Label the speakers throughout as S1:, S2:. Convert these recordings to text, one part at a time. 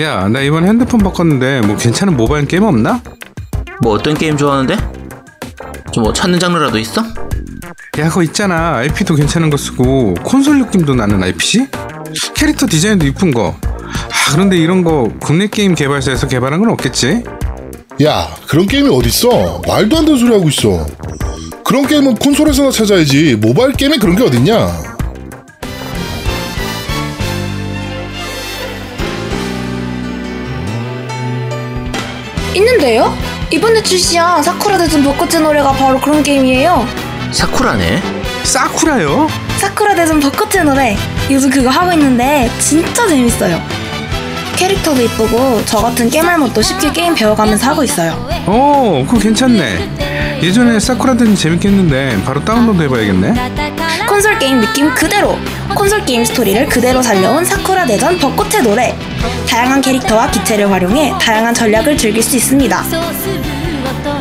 S1: 야, 나 이번 핸드폰 바꿨는데 뭐 괜찮은 모바일 게임 없나?
S2: 뭐 어떤 게임 좋아하는데? 좀 뭐 찾는 장르라도 있어?
S1: 야, 그거 있잖아. IP도 괜찮은 거 쓰고 콘솔 느낌도 나는 IPC? 캐릭터 디자인도 이쁜 거. 아, 그런데 이런 거 국내 게임 개발사에서 개발한 건 없겠지?
S3: 야, 그런 게임이 어딨어? 말도 안 되는 소리 하고 있어. 그런 게임은 콘솔에서나 찾아야지. 모바일 게임에 그런 게 어딨냐?
S4: 있는데요? 이번에 출시한 사쿠라 대전 벚꽃의 노래가 바로 그런 게임이에요.
S2: 사쿠라네.
S1: 사쿠라요?
S4: 사쿠라 대전 벚꽃의 노래. 요즘 그거 하고 있는데 진짜 재밌어요. 캐릭터도 이쁘고 저 같은 깨말못도 쉽게 게임 배워가면서 하고 있어요.
S1: 어, 그거 괜찮네. 예전에 사쿠라 대전 재밌겠는데 바로 다운로드 해봐야겠네.
S4: 콘솔 게임 느낌 그대로 콘솔 게임 스토리를 그대로 살려온 사쿠라 대전 벚꽃의 노래. 다양한 캐릭터와 기체를 활용해 다양한 전략을 즐길 수 있습니다.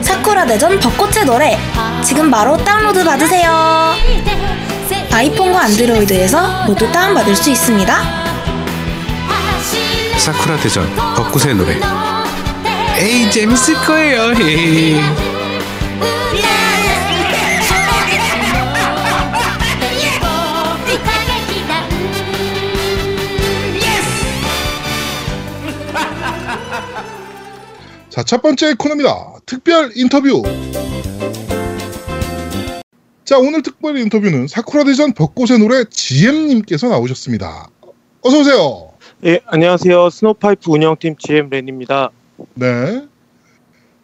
S4: 사쿠라 대전 벚꽃의 노래. 지금 바로 다운로드 받으세요. 아이폰과 안드로이드에서 모두 다운받을 수 있습니다.
S1: 사쿠라 대전 벚꽃의 노래. 에이, 재밌을 거예요. 에이.
S3: 자, 첫 번째 코너입니다. 특별 인터뷰. 자, 오늘 특별 인터뷰는 사쿠라 대전 벚꽃의 노래 GM님께서 나오셨습니다. 어서오세요.
S5: 예, 안녕하세요. 스노파이프 운영팀 GM 렌입니다.
S3: 네.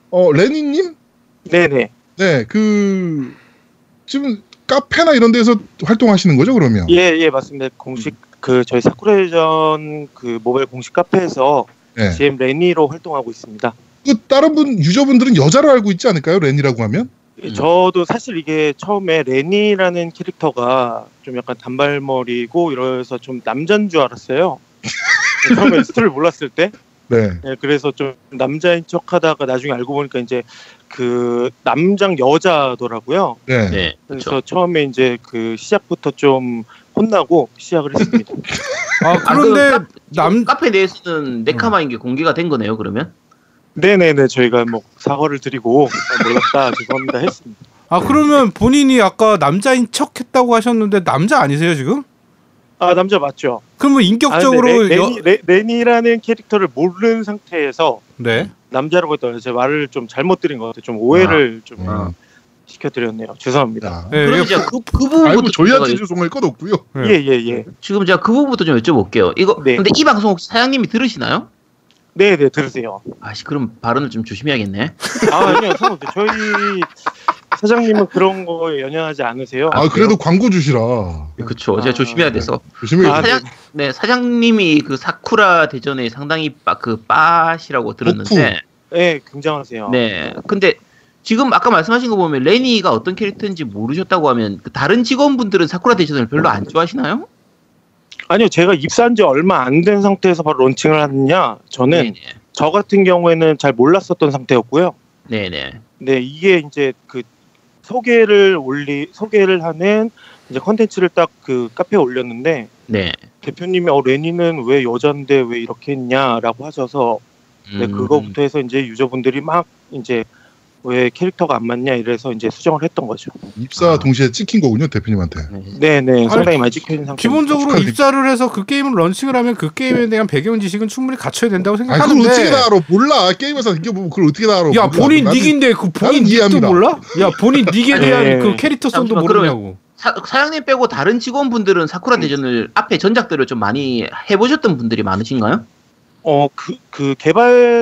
S3: 어, 레니님?
S5: 네네.
S3: 네, 그, 지금 카페나 이런 데서 활동하시는 거죠, 그러면?
S5: 예, 예, 맞습니다. 공식, 그, 저희 사쿠라전 그 모바일 공식 카페에서
S3: 네.
S5: GM 렌이로 활동하고 있습니다.
S3: 그 다른 분, 유저분들은 여자로 알고 있지 않을까요? 렌이라고 하면?
S5: 예, 저도 사실 이게 처음에 렌이라는 캐릭터가 좀 약간 단발머리고 이래서 좀 남자인 줄 알았어요. 처음에 스토리를 몰랐을 때.
S3: 네.
S5: 예, 그래서 좀 남자인 척 하다가 나중에 알고 보니까 이제 그 남장 여자더라고요.
S3: 네.
S2: 네,
S5: 그래서
S2: 그렇죠.
S5: 처음에 이제 그 시작부터 좀 혼나고 시작을 했습니다.
S1: 아, 그런데
S2: 아, 그
S1: 남,
S2: 카페 내에서는 네카마인 게 공개가 된 거네요. 그러면?
S5: 네네네 저희가 뭐 사과를 드리고 아, 몰랐다 죄송합니다 했습니다.
S1: 아, 그러면 본인이 아까 남자인 척 했다고 하셨는데 남자 아니세요, 지금?
S5: 아 남자 맞죠?
S6: 뭐
S1: 그러면 인격적으로.
S5: 아, 근데
S1: 여-
S5: 레, 레, 레, 레니라는 캐릭터를 모르는 상태에서
S1: 네.
S5: 남자라고 했던 제 말을 좀 잘못 드린 것 같아요. 좀 오해를 좀
S3: 아.
S5: 시켜드렸네요.
S6: 예,
S3: 자,
S5: 죄송합니다.
S1: 네,
S2: 어. 그럼
S1: 이거
S2: 이제 그, 그
S3: 알고
S2: 부분부터
S3: 저희한테
S2: 제가-
S3: 죄송할 건 없고요.
S1: 네.
S5: 예예 예, 예.
S2: 지금 제가 그 부분부터 좀 여쭤볼게요. 이거
S5: 네.
S2: 근데 이 방송 혹시 사장님이 들으시나요?
S5: 네네 들으세요.
S2: 아씨 그럼 발언을 좀 조심해야겠네.
S5: 아 아니요 상관없어요. 저희 사장님은 그런 거에 연연하지 않으세요.
S3: 아, 그래도 광고 주시라.
S2: 그쵸.
S5: 아,
S2: 제가 조심해야 돼서.
S3: 조심히.
S5: 아,
S2: 사장, 네 사장님이 그 사쿠라 대전에 상당히 빠, 그 빠시라고 들었는데.
S5: 네 굉장하세요.
S2: 네. 근데 지금 아까 말씀하신 거 보면 레니가 어떤 캐릭터인지 모르셨다고 하면 그 다른 직원분들은 사쿠라 대전을 별로 안 좋아하시나요?
S5: 아니요 제가 입사한 지 얼마 안 된 상태에서 바로 론칭을 하느냐 저는
S2: 네네.
S5: 저 같은 경우에는 잘 몰랐었던 상태였고요.
S2: 네네.
S5: 네, 이게 이제 그 소개를 올리 소개를 하는 이제 컨텐츠를 딱 그 카페에 올렸는데
S2: 네.
S5: 대표님이 어 레니는 왜 여잔데 왜 이렇게 했냐라고 하셔서 네,
S2: 음,
S5: 그거부터 해서 이제 유저분들이 막 이제 왜 캐릭터가 안 맞냐 이래서 이제 수정을 했던 거죠.
S3: 입사 동시에 찍힌 거군요, 대표님한테.
S2: 네.
S5: 네, 네,
S1: 아니,
S5: 상당히 많이 찍힌 상태.
S1: 기본적으로
S3: 축하드립니다.
S1: 입사를 해서 그 게임을 런칭을 하면 그 게임에 대한 배경 지식은 충분히 갖춰야 된다고
S3: 아니, 그걸 어떻게
S1: 생각하는데
S3: 다 알아? 몰라. 게임에서 이겨보면 그걸 어떻게 다 알아?
S1: 야
S3: 몰라.
S1: 본인
S3: 나는-
S1: 닉인데 그
S3: 나는
S1: 본인 닉도
S3: 이해합니다. 예.
S1: 몰라? 야 본인 닉에 대한
S5: 네.
S1: 그 캐릭터성도
S2: 잠시만,
S1: 모르냐고
S2: 사, 사장님 빼고 다른 직원분들은 사쿠라 대전을 앞에 전작들을 좀 많이 해보셨던 분들이 많으신가요?
S5: 어, 그, 그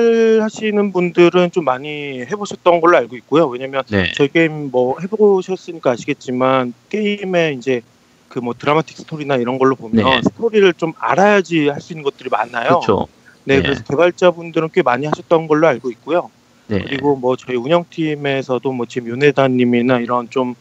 S5: 개발하시는 분들은 좀 많이 해보셨던 걸로 알고 있고요. 왜냐면
S2: 네.
S5: 저희 게임 뭐 해보셨으니까 아시겠지만 게임에 이제 그 뭐 드라마틱 스토리나 이런 걸로 보면
S2: 네.
S5: 스토리를 좀 알아야지 할 수 있는 것들이 많아요.
S2: 그렇죠.
S5: 네,
S2: 네.
S5: 그래서 개발자분들은 꽤 많이 하셨던 걸로 알고 있고요.
S2: 네.
S5: 그리고 뭐 저희 운영팀에서도 뭐 지금 윤회다님이나 이런 좀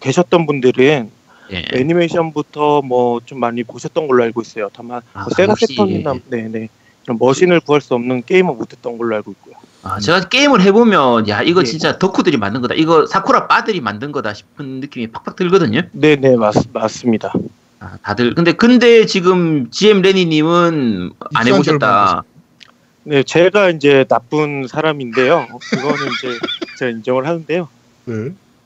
S5: 계셨던 분들은
S2: 네.
S5: 애니메이션부터 뭐 좀 많이 보셨던 걸로 알고 있어요. 다만
S2: 아,
S5: 뭐 세가
S2: 혹시-
S5: 세턴이나 네네 이런 머신을 구할 수 없는 게임은 못했던 걸로 알고 있고요.
S2: 아, 제가 게임을 해보면 야 이거
S5: 예.
S2: 진짜 덕후들이 만든 거다. 이거 사쿠라 빠들이 만든 거다 싶은 느낌이 팍팍 들거든요.
S5: 네네 네, 맞, 맞습니다.
S2: 아, 다들 근데 근데 지금 GM 레니님은 안
S1: 익숙한
S2: 해보셨다.
S5: 네, 제가 이제 나쁜 사람인데요. 그거는 이제 제가 인정을 하는데요.
S3: 네.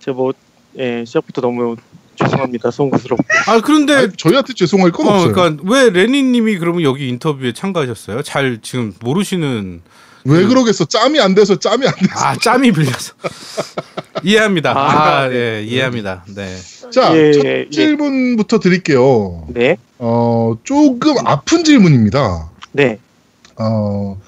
S5: 제가 뭐 예, 시작부터 너무 죄송합니다. 송구스럽고.
S6: 아 그런데
S3: 아니, 저희한테 죄송할 건
S6: 어,
S3: 없어요.
S6: 그러니까 왜 레니님이 그러면 여기 인터뷰에 참가하셨어요? 잘 지금 모르시는
S3: 왜 그러겠어? 짬이 안 돼서 짬이 안 돼.
S6: 아 짬이 빌려서 이해합니다.
S5: 아,
S6: 아, 예, 이해합니다. 네.
S3: 자,
S5: 예,
S3: 첫
S5: 예.
S3: 질문부터 드릴게요.
S5: 네.
S3: 어, 조금 아픈 질문입니다.
S5: 네.
S3: 어,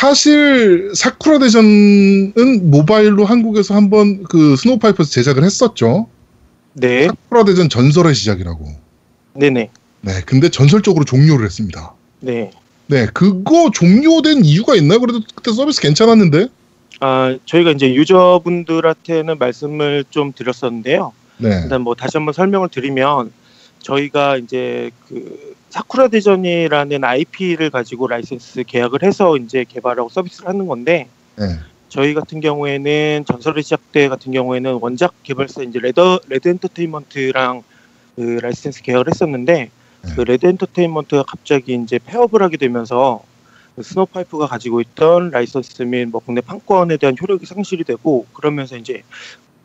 S3: 사실 사쿠라 대전은 모바일로 한국에서 한번 그 스노우파이프에서 제작을 했었죠.
S5: 네.
S3: 사쿠라 대전 전설의 시작이라고.
S5: 네, 네.
S3: 네, 근데 전설적으로 종료를 했습니다.
S5: 네.
S3: 네, 그거 종료된 이유가 있나요? 그래도 그때 서비스 괜찮았는데.
S5: 아, 저희가 이제 유저분들한테는 말씀을 좀 드렸었는데요.
S3: 네,
S5: 일단 뭐 다시 한번 설명을 드리면 저희가 이제 그 사쿠라 대전이라는 IP를 가지고 라이센스 계약을 해서 이제 개발하고 서비스를 하는 건데
S3: 네,
S5: 저희 같은 경우에는 전설의 시작 때 같은 경우에는 원작 개발사 이제 레더 레드 엔터테인먼트랑 그 라이센스 계약을 했었는데
S3: 네.
S5: 그 레드 엔터테인먼트가 갑자기 이제 폐업을 하게 되면서 그 스노우파이프가 가지고 있던 라이선스 및 뭐 국내 판권에 대한 효력이 상실이 되고 그러면서 이제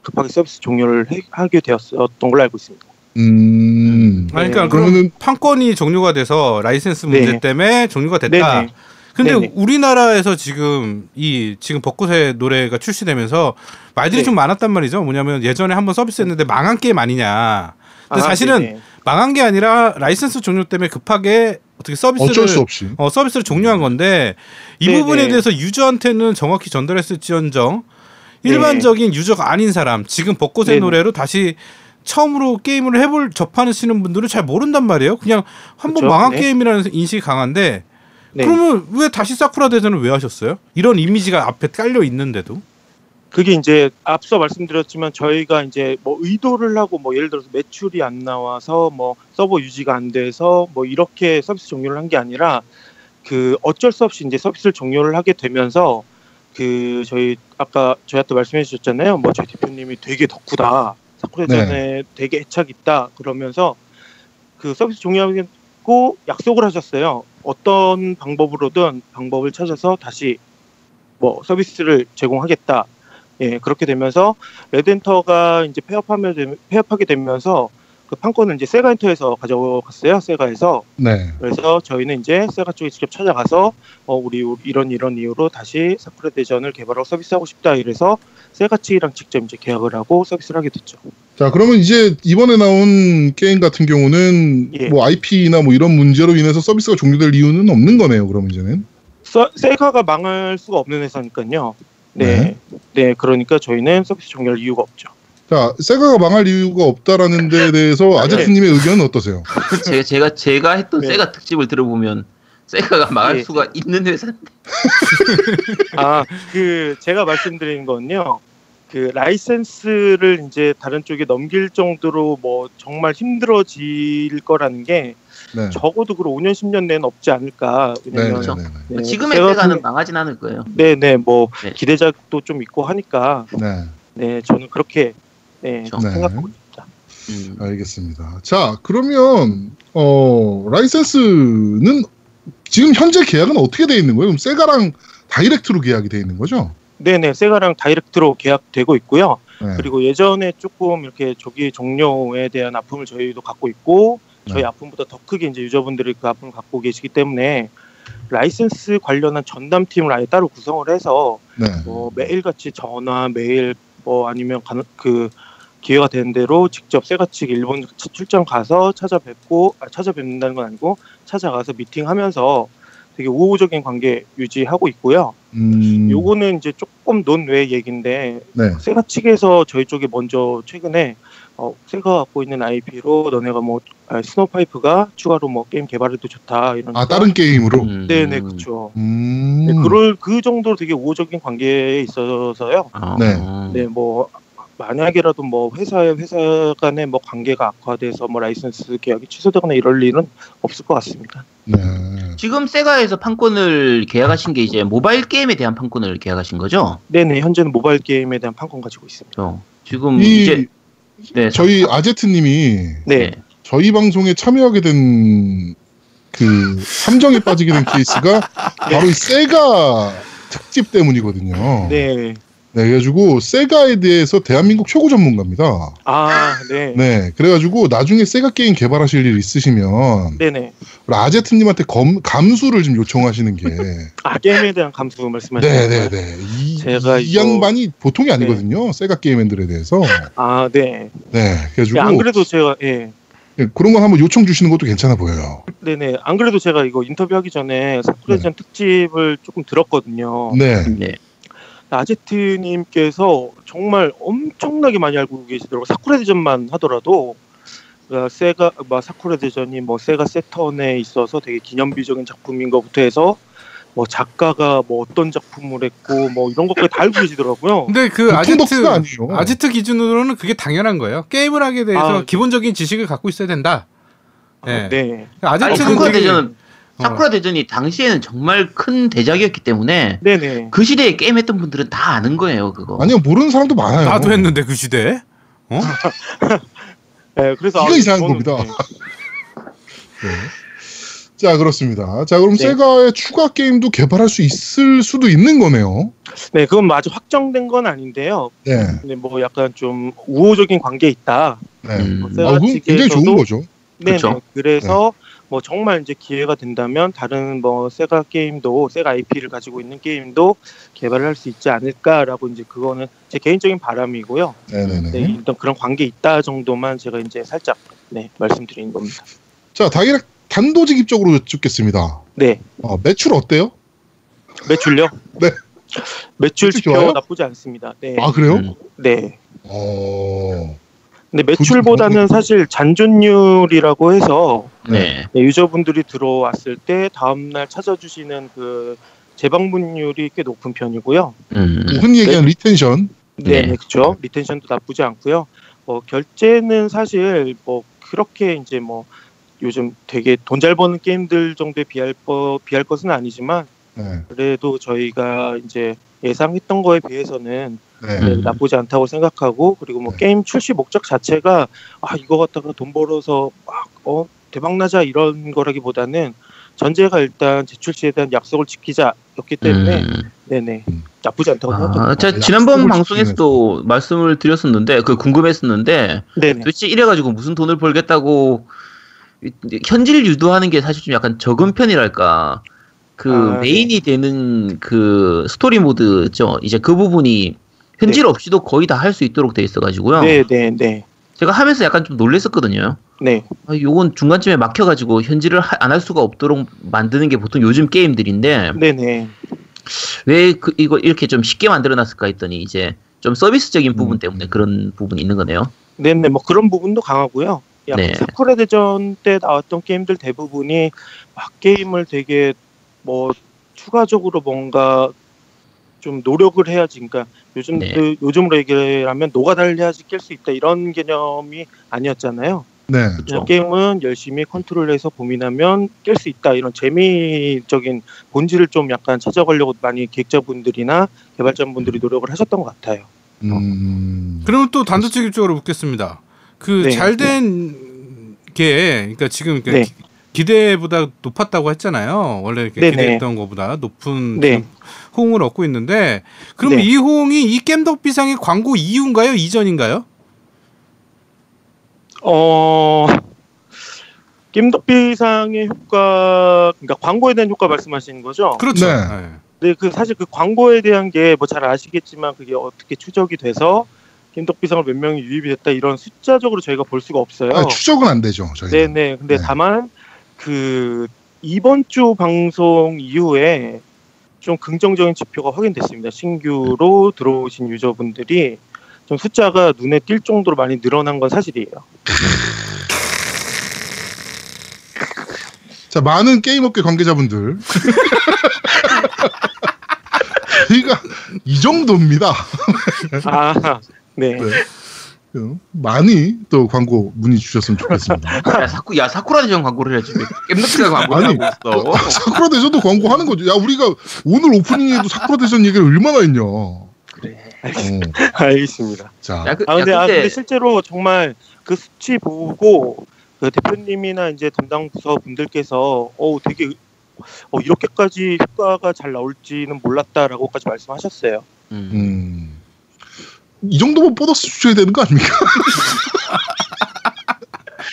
S5: 급하게 서비스 종료를 해- 하게 되었던 걸로 알고 있습니다.
S3: 음,
S6: 아니, 그러니까
S5: 네.
S6: 그럼
S3: 그러면은
S6: 판권이 종료가 돼서 라이센스 문제
S5: 네.
S6: 때문에 종료가 됐다.
S5: 네네.
S6: 근데
S5: 네네.
S6: 우리나라에서 지금 이 지금 벚꽃의 노래가 출시되면서 말들이
S5: 네.
S6: 좀 많았단 말이죠. 뭐냐면 예전에 한번 서비스했는데 망한 게임 아니냐. 근데 사실은
S5: 네네.
S6: 망한 게 아니라 라이센스 종료 때문에 급하게 어떻게 서비스를
S3: 어쩔 수 없이.
S6: 어, 서비스를 종료한 건데 이
S5: 네네.
S6: 부분에 대해서 유저한테는 정확히 전달했을지언정
S5: 네.
S6: 일반적인 유저가 아닌 사람 지금 벚꽃의
S5: 네네.
S6: 노래로 다시 처음으로 게임을 해볼 접하시는 분들은 잘 모른단 말이에요. 그냥 한번
S5: 그쵸?
S6: 망한
S5: 네.
S6: 게임이라는 인식이 강한데
S5: 네.
S6: 그러면 왜 다시 사쿠라 대전을 왜 하셨어요? 이런 이미지가 앞에 깔려 있는데도
S5: 그게 이제 앞서 말씀드렸지만 저희가 이제 뭐 의도를 하고 뭐 예를 들어서 매출이 안 나와서 뭐 서버 유지가 안 돼서 뭐 이렇게 서비스 종료를 한 게 아니라 그 어쩔 수 없이 이제 서비스를 종료를 하게 되면서 그 저희 아까 저희한테 말씀해 주셨잖아요. 뭐 저희 대표님이 되게 덕후다. 사쿠레전에 되게 애착 있다. 그러면서 그 서비스 종료하고 약속을 하셨어요. 어떤 방법으로든 방법을 찾아서 다시 뭐 서비스를 제공하겠다. 예, 그렇게 되면서 레드엔터가 이제 폐업하며 되- 폐업하게 되면서 그 판권을 이제 세가엔터에서 가져갔어요. 세가에서
S3: 네,
S5: 그래서 저희는 이제 세가 쪽에 직접 찾아가서 어, 우리 우- 이런 이런 이유로 다시 사쿠라 대전을 개발하고 서비스하고 싶다 이래서 세가 측이랑 직접 이제 계약을 하고 서비스를 하게 됐죠.
S3: 자, 그러면 이제 이번에 나온 게임 같은 경우는
S5: 예.
S3: 뭐 IP나 뭐 이런 문제로 인해서 서비스가 종료될 이유는 없는 거네요. 그럼 이제는.
S5: 서- 세가가 망할 수가 없는 회사니까요. 네, 네, 그러니까 저희는 서비스 종료할 이유가 없죠.
S3: 자, 세가가 망할 이유가 없다라는 데
S6: 네.
S3: 대해서 아제트님의 의견은 어떠세요?
S2: 제, 제가 제가 했던
S5: 네.
S2: 세가 특집을 들어보면 세가가 망할
S5: 예.
S2: 수가 있는 회사.
S5: 아, 그 제가 말씀드린 건요. 그 라이센스를 이제 다른 쪽에 넘길 정도로 뭐 정말 힘들어질 거라는 게
S3: 네.
S5: 적어도 그 5년 10년 내는 없지 않을까.
S3: 네,
S5: 왜냐면
S3: 네, 네,
S5: 네,
S2: 지금의
S5: 제가
S2: 세가는
S5: 보기-
S2: 망하진 않을 거예요.
S5: 네네 뭐
S2: 네.
S5: 기대작도 좀 있고 하니까
S3: 네.
S5: 네 저는 그렇게 네,
S2: 그렇죠.
S3: 네.
S5: 생각하고 있습니다.
S2: 음.
S3: 알겠습니다. 자, 그러면 어, 라이센스는 지금 현재 계약은 어떻게 돼 있는 거예요? 그럼 세가랑 다이렉트로 계약이 돼 있는 거죠?
S5: 네네 세가랑 다이렉트로 계약되고 있고요.
S3: 네.
S5: 그리고 예전에 조금 이렇게 조기 종료에 대한 아픔을 저희도 갖고 있고 저희
S3: 네.
S5: 아픔보다 더 크게 이제 유저분들이 그 아픔을 갖고 계시기 때문에 라이센스 관련한 전담팀을 아예 따로 구성을 해서
S3: 네.
S5: 뭐 매일같이 전화 메일 뭐 아니면 가는 그 기회가 되는 대로 직접 세가 측 일본 출- 출장 가서 찾아뵙고 아, 찾아뵙는다는 건 아니고 찾아가서 미팅하면서 되게 우호적인 관계 유지하고 있고요.
S3: 음,
S5: 요거는 이제 조금 논외 얘기인데
S3: 네.
S5: 세가 측에서 저희 쪽에 먼저 최근에 어, 세가 갖고 있는 IP로 너네가 뭐 아, 스노우파이프가 추가로 뭐 게임 개발해도 좋다 이런
S3: 아, 다른 게임으로.
S2: 음.
S5: 네네 그렇죠.
S3: 음.
S5: 네, 그럴 그 정도로 되게 우호적인 관계에 있어서요.
S2: 아,
S3: 네.
S2: 아.
S5: 네, 뭐 만약에라도 뭐 회사의 회사 간의 뭐 관계가 악화돼서 뭐 라이선스 계약이 취소되거나 이럴 일은 없을 것 같습니다.
S3: 네.
S2: 지금 세가에서 판권을 계약하신 게 이제 모바일 게임에 대한 판권을 계약하신 거죠?
S5: 네네 현재는 모바일 게임에 대한 판권 가지고 있습니다.
S2: 그렇죠. 지금
S3: 이
S2: 이제 네,
S5: 아.
S3: 저희 아제트님이
S5: 네,
S2: 네.
S3: 저희 방송에 참여하게 된 그, 함정에 빠지게 된 케이스가
S5: 네.
S3: 바로 이 세가 특집 때문이거든요. 네.
S5: 네.
S3: 그래가지고 세가에 대해서 대한민국 최고 전문가입니다.
S5: 아, 네.
S3: 네. 그래가지고 나중에 세가 게임 개발하실 일 있으시면
S5: 네, 네.
S3: 라제트님한테 검, 감수를 좀 요청하시는 게.
S5: 아, 게임에 대한 감수 말씀하시는 거예요?
S3: 네네네. 이,
S5: 제가
S3: 이
S5: 이거- 네.
S3: 양반이 보통이 아니거든요. 세가 게임맨들에 대해서.
S5: 아, 네.
S3: 네.
S5: 네, 안
S3: 그래가지고
S5: 그래도 제가 예.
S3: 예, 그런 거 한번 요청 주시는 것도 괜찮아 보여요.
S5: 네, 네. 안 그래도 제가 이거 인터뷰하기 전에 사쿠라전 특집을 조금 들었거든요.
S3: 네.
S2: 네.
S5: 아제트님께서 정말 엄청나게 많이 알고 계시더라고 사쿠라 대전만 하더라도 그러니까 세가 뭐 사쿠라 대전이 뭐 세가 세턴에 있어서 되게 기념비적인 작품인 것부터 해서 뭐 작가가 뭐 어떤 작품을 했고 뭐 이런 것까지 다 알고 계시더라고요.
S6: 근데 그
S3: 보통 덕스가
S6: 아지트
S3: 아니에요.
S6: 아지트 기준으로는 그게 당연한 거예요. 게임을 하게 돼서
S5: 아.
S6: 기본적인 지식을 갖고 있어야 된다. 예.
S5: 아, 네.
S2: 아니
S6: 아지트는
S2: 사쿠라
S6: 되게-
S2: 대전은
S6: 어.
S2: 사쿠라 대전이 당시에는 정말 큰 대작이었기 때문에
S5: 네네.
S2: 그 시대에 게임했던 분들은 다 아는 거예요 그거.
S3: 아니요 모르는 사람도 많아요.
S6: 나도 했는데 그 시대에. 어?
S2: 아,
S5: 네, 그래서
S3: 이거 이상한
S5: 저는-
S3: 겁니다.
S5: 네.
S3: 자 그렇습니다. 자 그럼
S5: 네.
S3: 세가의 추가 게임도 개발할 수 있을 수도 있는 거네요.
S5: 네, 그건 뭐 아주 확정된 건 아닌데요.
S3: 네.
S5: 근데 뭐 약간 좀 우호적인 관계 에 있다.
S3: 네.
S2: 음.
S5: 네.
S3: 아, 그건 굉장히 좋은 거죠.
S5: 네,
S3: 그렇죠.
S2: 그쵸?
S5: 그래서 뭐 정말 이제 기회가 된다면 다른 뭐 세가 게임도 세가 IP를 가지고 있는 게임도 개발을 할 수 있지 않을까라고 이제 그거는 제 개인적인 바람이고요.
S3: 네네네.
S5: 네, 일단 그런 관계 있다 정도만 제가 이제 살짝 네, 말씀드린 겁니다.
S3: 자 다이렉 단도직입적으로 여쭙겠습니다.
S5: 네,
S3: 아, 매출 어때요?
S5: 매출요?
S3: 네.
S5: 매출
S3: 매출
S5: 지표
S3: 좋아요?
S5: 나쁘지 않습니다. 네,
S3: 아 그래요?
S2: 음.
S5: 네.
S3: 어.
S5: 근데 매출보다는 사실 잔존율이라고 해서
S2: 네.
S5: 네, 유저분들이 들어왔을 때 다음날 찾아주시는 그 재방문율이 꽤 높은 편이고요.
S2: 음.
S3: 흔히 얘기하는 리텐션.
S5: 네,
S2: 네.
S5: 그렇죠. 리텐션도 나쁘지 않고요. 어, 결제는 사실 뭐 그렇게 이제 뭐 요즘 되게 돈 잘 버는 게임들 정도에 비할 거 비할 것은 아니지만
S3: 네.
S5: 그래도 저희가 이제 예상했던 거에 비해서는
S3: 네.
S2: 음.
S5: 나쁘지 않다고 생각하고 그리고 뭐
S3: 네.
S5: 게임 출시 목적 자체가 아 이거 갖다가 돈 벌어서 막어 대박 나자 이런 거라기보다는 전제가 일단 재출시에 대한 약속을 지키자였기 때문에
S2: 음.
S5: 네네
S3: 음.
S5: 나쁘지 않다고 생각합니다.
S2: 아, 제가
S3: 약속을
S2: 지난번
S3: 지키면서.
S2: 방송에서도 말씀을 드렸었는데 그 궁금했었는데
S5: 네네.
S2: 도대체 이래 가지고 무슨 돈을 벌겠다고 현질 유도하는 게 사실 좀 약간 적은 편이랄까. 그
S5: 음. 아,
S2: 메인이 되는 그 스토리 모드죠. 이제 그 부분이 현질 없이도 거의 다 할 수 있도록 돼 있어가지고요.
S5: 네. 네네네.
S2: 제가 하면서 약간 좀 놀랬었거든요.
S5: 네.
S2: 아, 요건 중간쯤에 막혀가지고 현질을 안 할 수가 없도록 만드는 게 보통 요즘 게임들인데
S5: 네네.
S2: 왜 그, 이거 이렇게 좀 쉽게 만들어놨을까 했더니 이제 좀 서비스적인 부분 때문에 그런 부분이 있는 거네요.
S5: 네네. 뭐 그런 부분도 강하고요. 약간
S2: 네.
S5: 사쿠라 대전 때 나왔던 게임들 대부분이 막 게임을 되게 뭐 추가적으로 뭔가 좀 노력을 해야지. 그러니까 요즘
S2: 네.
S5: 그- 요즘으로 얘기하면 노가다를 해야지 깰 수 있다 이런 개념이 아니었잖아요.
S3: 네.
S5: 그냥 게임은 열심히 컨트롤해서 고민하면 깰 수 있다 이런 재미적인 본질을 좀 약간 찾아가려고 많이 기획자분들이나 개발자분들이 노력을 하셨던 것 같아요.
S3: 음.
S6: 그러면 또 단도직입적으로 묻겠습니다. 그
S5: 네.
S6: 잘 된 게, 그러니까 지금 그
S5: 네.
S6: 기- 기대보다 높았다고 했잖아요. 원래 이렇게
S5: 네네.
S6: 기대했던 것보다 높은
S5: 네.
S6: 호응을 얻고 있는데, 그럼
S5: 네.
S6: 이 호응이 이 겜덕비상의 광고 이후인가요, 이전인가요?
S5: 어 김덕비상의 효과, 그러니까 광고에 대한 효과 말씀하시는 거죠?
S6: 그렇죠.
S3: 네.
S6: 네.
S5: 근데 그 사실 그 광고에 대한 게 뭐 잘 아시겠지만 그게 어떻게 추적이 돼서 김덕비상을 몇 명이 유입이 됐다 이런 숫자적으로 저희가 볼 수가 없어요.
S3: 아, 추적은 안 되죠. 저희.
S5: 네네. 근데
S3: 네.
S5: 다만 그 이번 주 방송 이후에 좀 긍정적인 지표가 확인됐습니다. 신규로 들어오신 유저분들이 좀 숫자가 눈에 띌 정도로 많이 늘어난 건 사실이에요.
S3: 자, 많은 게임업계 관계자분들. 저희가 이 정도입니다.
S5: 아,
S3: 그
S5: 네.
S3: 음, 많이 또 광고 문의 주셨으면 좋겠습니다. 아,
S2: 야, 사쿠, 야, 사쿠라 대전 광고를 해야지. 겜덕비가 광고를
S3: 아니,
S2: 하고 있어.
S3: 사쿠라 대전도 광고하는 거죠. 야, 우리가 오늘 오프닝에도 사쿠라 대전 얘기를 얼마나 했냐. 그래.
S5: 알겠습니다.
S3: 자,
S2: 야, 그,
S5: 아 근데,
S2: 야,
S5: 아,
S2: 근데
S5: 근데 실제로 정말 그 수치 보고 그 대표님이나 이제 담당 부서 분들께서 어 되게 어, 이렇게까지 효과가 잘 나올지는 몰랐다라고까지 말씀하셨어요.
S2: 음.
S3: 음. 이 정도면 보너스 주셔야 되는 거 아닙니까?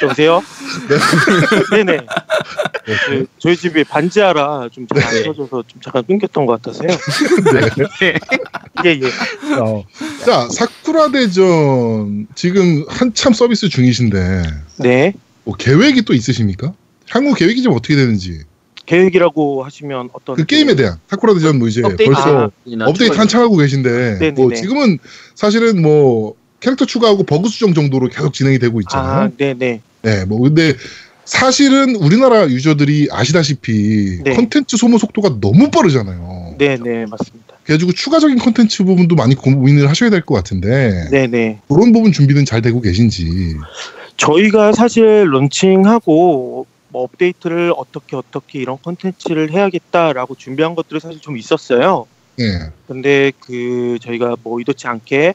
S5: 여보세요? 네네. 그 저희 집이 반지하라 좀 잘 안 써줘서 좀 잠깐 끊겼던 것 같아서요.
S2: 네.
S5: 예예.
S3: 어. 자, 사쿠라 대전 지금 한참 서비스 중이신데
S5: 네.
S3: 뭐 계획이 또 있으십니까? 향후 계획이 좀 어떻게 되는지
S5: 계획이라고 하시면 어떤
S3: 그 게임에 대한 사쿠라 대전 뭐 이제
S2: 업데이트
S3: 벌써
S2: 아,
S3: 업데이트 한창 하고 계신데
S5: 네네네.
S3: 뭐 지금은 사실은 뭐 캐릭터 추가하고 버그 수정 정도로 계속 진행이 되고
S5: 아
S3: 있잖아요.
S5: 네네.
S3: 네, 뭐 근데 사실은 우리나라 유저들이 아시다시피
S5: 네.
S3: 컨텐츠 소모 속도가 너무 빠르잖아요.
S5: 네네 맞습니다.
S3: 그래가지고 추가적인 컨텐츠 부분도 많이 고민을 하셔야 될 것 같은데
S5: 네네.
S3: 그런 부분 준비는 잘 되고 계신지.
S5: 저희가 사실 런칭하고 뭐 업데이트를 어떻게 어떻게 이런 컨텐츠를 해야겠다라고 준비한 것들이 사실 좀 있었어요.
S3: 예.
S5: 근데 그 저희가 뭐 의도치 않게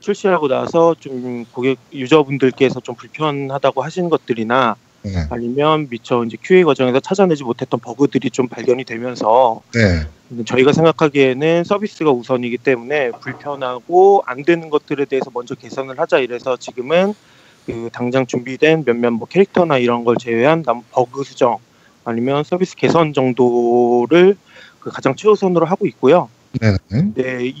S5: 출시하고 나서 좀 고객 유저분들께서 좀 불편하다고 하신 것들이나
S3: 네.
S5: 아니면 미처 이제 QA 과정에서 찾아내지 못했던 버그들이 좀 발견이 되면서
S3: 네.
S5: 저희가 생각하기에는 서비스가 우선이기 때문에 불편하고 안 되는 것들에 대해서 먼저 개선을 하자 이래서 지금은 그 당장 준비된 몇몇 뭐 캐릭터나 이런 걸 제외한 남 버그 수정 아니면 서비스 개선 정도를 그 가장 최우선으로 하고 있고요.
S3: 네. 네.
S5: 네,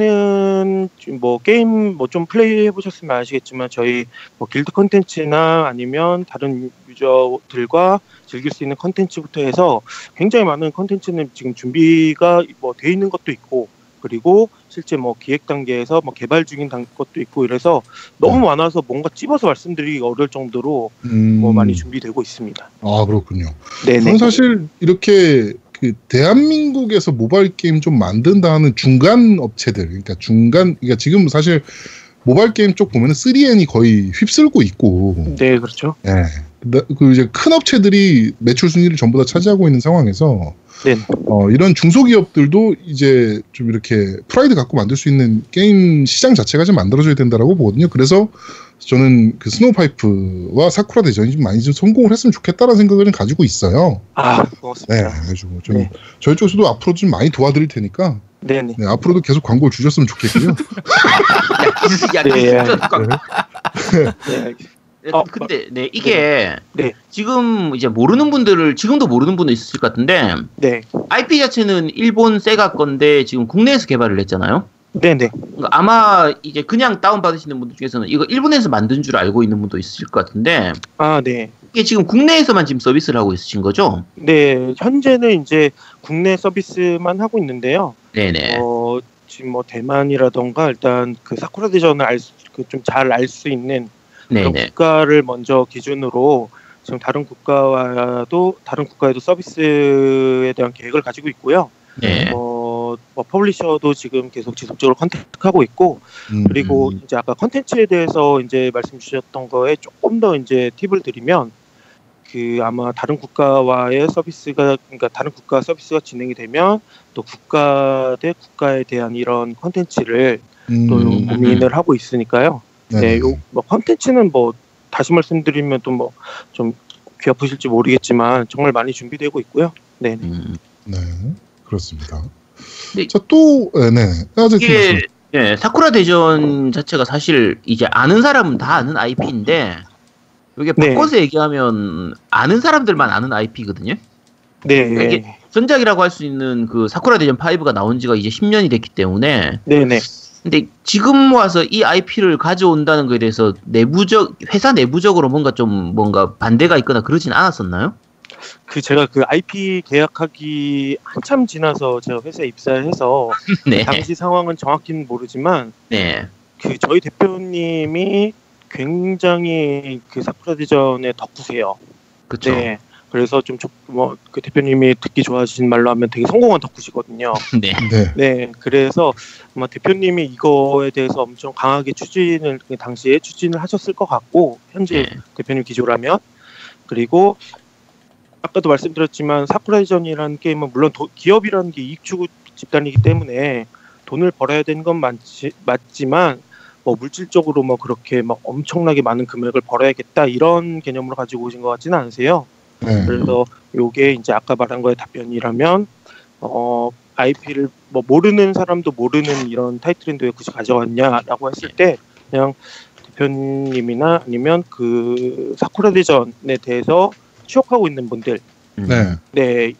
S5: 이후에는 좀뭐 게임 뭐 좀 플레이 해보셨으면 아시겠지만 저희 뭐 길드 컨텐츠나 아니면 다른 유저들과 즐길 수 있는 컨텐츠부터 해서 굉장히 많은 컨텐츠는 지금 준비가 뭐 돼 있는 것도 있고 그리고 실제 뭐 기획 단계에서 뭐 개발 중인 단- 것도 있고 이래서 너무 많아서 뭔가 찝어서 말씀드리기 어려울 정도로
S3: 음,
S5: 뭐 많이 준비되고 있습니다.
S3: 아 그렇군요.
S5: 네네.
S3: 저는 사실 이렇게 그 대한민국에서 모바일 게임 좀 만든다는 중간 업체들, 그러니까 중간, 그러니까 지금 사실 모바일 게임 쪽 보면은 3N이 거의 휩쓸고 있고,
S5: 네, 그렇죠.
S3: 예. 그다- 그 이제 큰 업체들이 매출 순위를 전부 다 차지하고 있는 상황에서
S5: 네.
S3: 어, 이런 중소기업들도 이제 좀 이렇게 프라이드 갖고 만들 수 있는 게임 시장 자체가 좀 만들어져야 된다라고 보거든요. 그래서 저는 그 스노우파이프와 사쿠라 대전이 좀 많이 좀 성공을 했으면 좋겠다라는 생각을 좀 가지고 있어요.
S5: 아,
S3: 네,
S5: 고맙습니다.
S3: 그래가지고 좀
S5: 네.
S3: 저희 쪽에서도 앞으로 좀 많이 도와드릴 테니까
S5: 네네.
S3: 네, 앞으로도 계속 광고를 주셨으면 좋겠고요.
S2: 야, 진짜 꽉
S5: 네. 네, 알겠습니다.
S2: 네,
S5: 어,
S2: 근데 네 이게
S5: 네.
S2: 지금 이제 모르는 분들을 지금도 모르는 분도 있을 것 같은데
S5: 네.
S2: IP 자체는 일본 세가 건데 지금 국내에서 개발을 했잖아요.
S5: 네네.
S2: 그러니까 아마 이제 그냥 다운 받으시는 분들 중에서는 이거 일본에서 만든 줄 알고 있는 분도 있을 것 같은데
S5: 아, 네.
S2: 이게 지금 국내에서만 지금 서비스를 하고 있으신 거죠?
S5: 네, 현재는 이제 국내 서비스만 하고 있는데요.
S2: 네네.
S5: 어, 지금 뭐 대만이라던가 일단 그 사쿠라 대전을 알그좀 잘 알 수 있는 그런
S2: 네네.
S5: 국가를 먼저 기준으로 지금 다른 국가와도 다른 국가에도 서비스에 대한 계획을 가지고 있고요.
S2: 네.
S5: 어, 뭐 퍼블리셔도 지금 계속 지속적으로 컨택하고 있고
S3: 음,
S5: 그리고 이제 아까 컨텐츠에 대해서 이제 말씀 주셨던 거에 조금 더 이제 팁을 드리면 그 아마 다른 국가와의 서비스가 그러니까 다른 국가 서비스가 진행이 되면 또 국가 대 국가에 대한 이런 컨텐츠를
S3: 음,
S5: 또
S2: 음.
S5: 고민을 하고 있으니까요.
S3: 네,
S5: 네, 요, 뭐 컨텐츠는 뭐 다시 말씀드리면 또 뭐 좀 귀 아프실지 모르겠지만 정말 많이 준비되고 있고요. 네, 네.
S2: 음.
S3: 네, 그렇습니다.
S2: 네.
S3: 자, 또, 네, 네. 아, 저
S2: 이게 예, 사쿠라 대전 자체가 사실 이제 아는 사람은 다 아는 IP인데 이게
S5: 네.
S2: 바꿔서 얘기하면 아는 사람들만 아는 IP거든요.
S5: 네,
S2: 이게- 전작이라고 할 수 있는 그 사쿠라 대전 5가 나온 지가 이제 10년이 됐기 때문에
S5: 네, 네.
S2: 근데 지금 와서 이 IP를 가져온다는 거에 대해서 내부적 회사 내부적으로 뭔가 좀 뭔가 반대가 있거나 그러진 않았었나요?
S5: 그 제가 그 IP 계약하기 한참 지나서 제가 회사에 입사해서
S2: 네.
S5: 당시 상황은 정확히는 모르지만
S2: 네.
S5: 그 저희 대표님이 굉장히 그 사쿠라디전의 덕후세요.
S2: 그쵸 네.
S5: 네. 그래서 좀뭐그 대표님이 듣기 좋아하시는 말로 하면 되게 성공한 덕후시거든요.
S2: 네.
S3: 네.
S5: 네, 그래서 아마 대표님이 이거에 대해서 엄청 강하게 추진을 그 당시에 추진을 하셨을 것 같고 현재 대표님 기조라면 그리고 아까도 말씀드렸지만 사쿠라이전이라는 게임은 물론 도- 기업이라는 게 이익 추구 집단이기 때문에 돈을 벌어야 되는 건 맞지, 맞지만 뭐 물질적으로 뭐 그렇게 막 엄청나게 많은 금액을 벌어야겠다 이런 개념으로 가지고 오신 것 같지는 않으세요.
S3: 네.
S5: 그래서 요게 이제 아까 말한 거의 답변이라면 어 IP를 뭐 모르는 사람도 모르는 이런 타이틀인데 왜 굳이 가져왔냐라고 했을
S2: 네.
S5: 때 그냥 대표님이나 아니면 그 사쿠라 대전에 대해서 취업하고 있는 분들
S3: 네.
S5: 네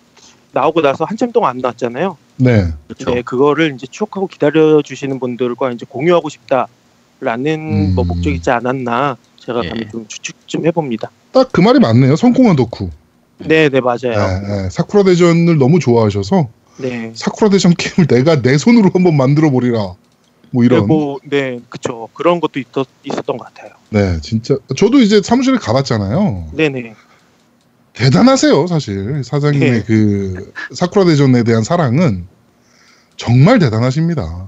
S5: 나오고 나서 한참 동안 안 나왔잖아요.
S3: 네.
S2: 그렇죠.
S5: 네, 그거를 이제 추억하고 기다려 주시는 분들과 이제 공유하고 싶다라는
S3: 음.
S5: 뭐 목적이지 않았나 제가
S2: 예.
S5: 감히 좀 추측 좀 해봅니다.
S3: 딱 그 말이 맞네요. 성공한 덕후.
S5: 네, 네 맞아요.
S3: 예, 예. 사쿠라 대전을 너무 좋아하셔서
S5: 네.
S3: 사쿠라 대전 게임을 내가 내 손으로 한번 만들어 보리라. 뭐 이런.
S5: 그리고 네, 그쵸 그런 것도 있었, 있었던 것 같아요.
S3: 네, 진짜 저도 이제 사무실에 가봤잖아요.
S5: 네, 네,
S3: 대단하세요, 사실 사장님의
S5: 네.
S3: 그 사쿠라 대전에 대한 사랑은 정말 대단하십니다.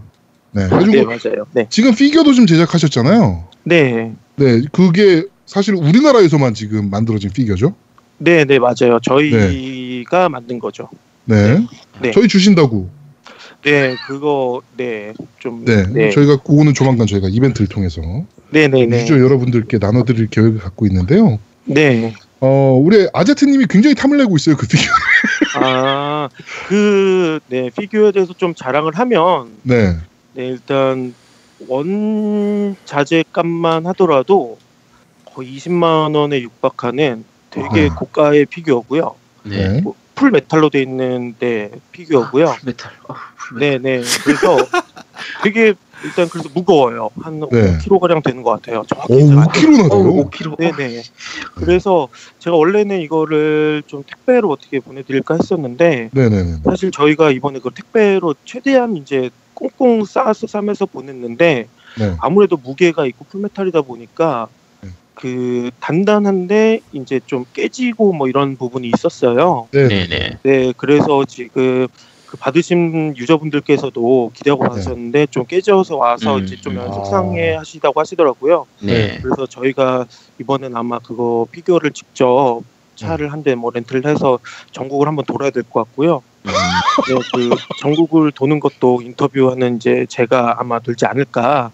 S3: 네, 요즘
S5: 네
S3: 그-
S5: 맞아요. 네,
S3: 지금 피규어도 좀 제작하셨잖아요.
S5: 네,
S3: 네, 그게 사실 우리나라에서만 지금 만들어진 피규어죠.
S5: 네, 네 맞아요. 저희가 만든 거죠.
S3: 네,
S5: 네.
S3: 저희 주신다고.
S5: 네, 그거 네, 좀
S3: 네,
S5: 네,
S3: 저희가 오는 조만간 저희가 이벤트를 통해서
S5: 네, 네, 네,
S3: 유저 여러분들께 나눠드릴 계획을 갖고 있는데요.
S5: 네.
S3: 어, 우리 아제트님이 굉장히 탐을 내고 있어요 그 피규어.
S5: 아, 그 네, 피규어에 대해서 좀 자랑을 하면
S3: 네,
S5: 네, 일단 원자재값만 하더라도 거의 20만 원에 육박하는 되게
S3: 아.
S5: 고가의 피규어고요.
S2: 네.
S3: 네,
S5: 뭐, 풀 메탈로 돼 있는 네, 피규어고요.
S2: 메탈. 어, 풀메탈.
S5: 네, 네. 그래서 되게 일단 그래서 무거워요. 한
S3: 네.
S5: 5kg가량 되는 것 같아요. 정확히.
S3: 오,
S5: 제가.
S3: 5kg나 돼요.
S2: 어우, 5kg. 어,
S5: 네네. 그래서 제가 원래는 이거를 좀 택배로 어떻게 보내드릴까 했었는데
S3: 네, 네, 네.
S5: 사실 저희가 이번에 그 택배로 최대한 이제 꽁꽁 싸서 싸매서 보냈는데
S3: 네.
S5: 아무래도 무게가 있고 풀메탈이다 보니까
S3: 네.
S5: 그 단단한데 이제 좀 깨지고 뭐 이런 부분이 있었어요.
S3: 네.
S2: 네, 네.
S5: 네, 그래서 지금 그 받으신 유저분들께서도 기대하고
S3: 네. 아.
S5: 가셨는데 좀 깨져서 와서
S2: 음,
S5: 이제 좀
S2: 음.
S5: 속상해 하시다고 하시더라고요.
S2: 네.
S5: 그래서 저희가 이번엔 아마 그거 피규어를 직접
S3: 음.
S5: 차를 한 대 뭐 렌트를 해서 전국을 한번 돌아야 될 것 같고요.
S2: 음,
S5: 네, 그 전국을 도는 것도 인터뷰하는 이제 제가 아마 돌지 않을까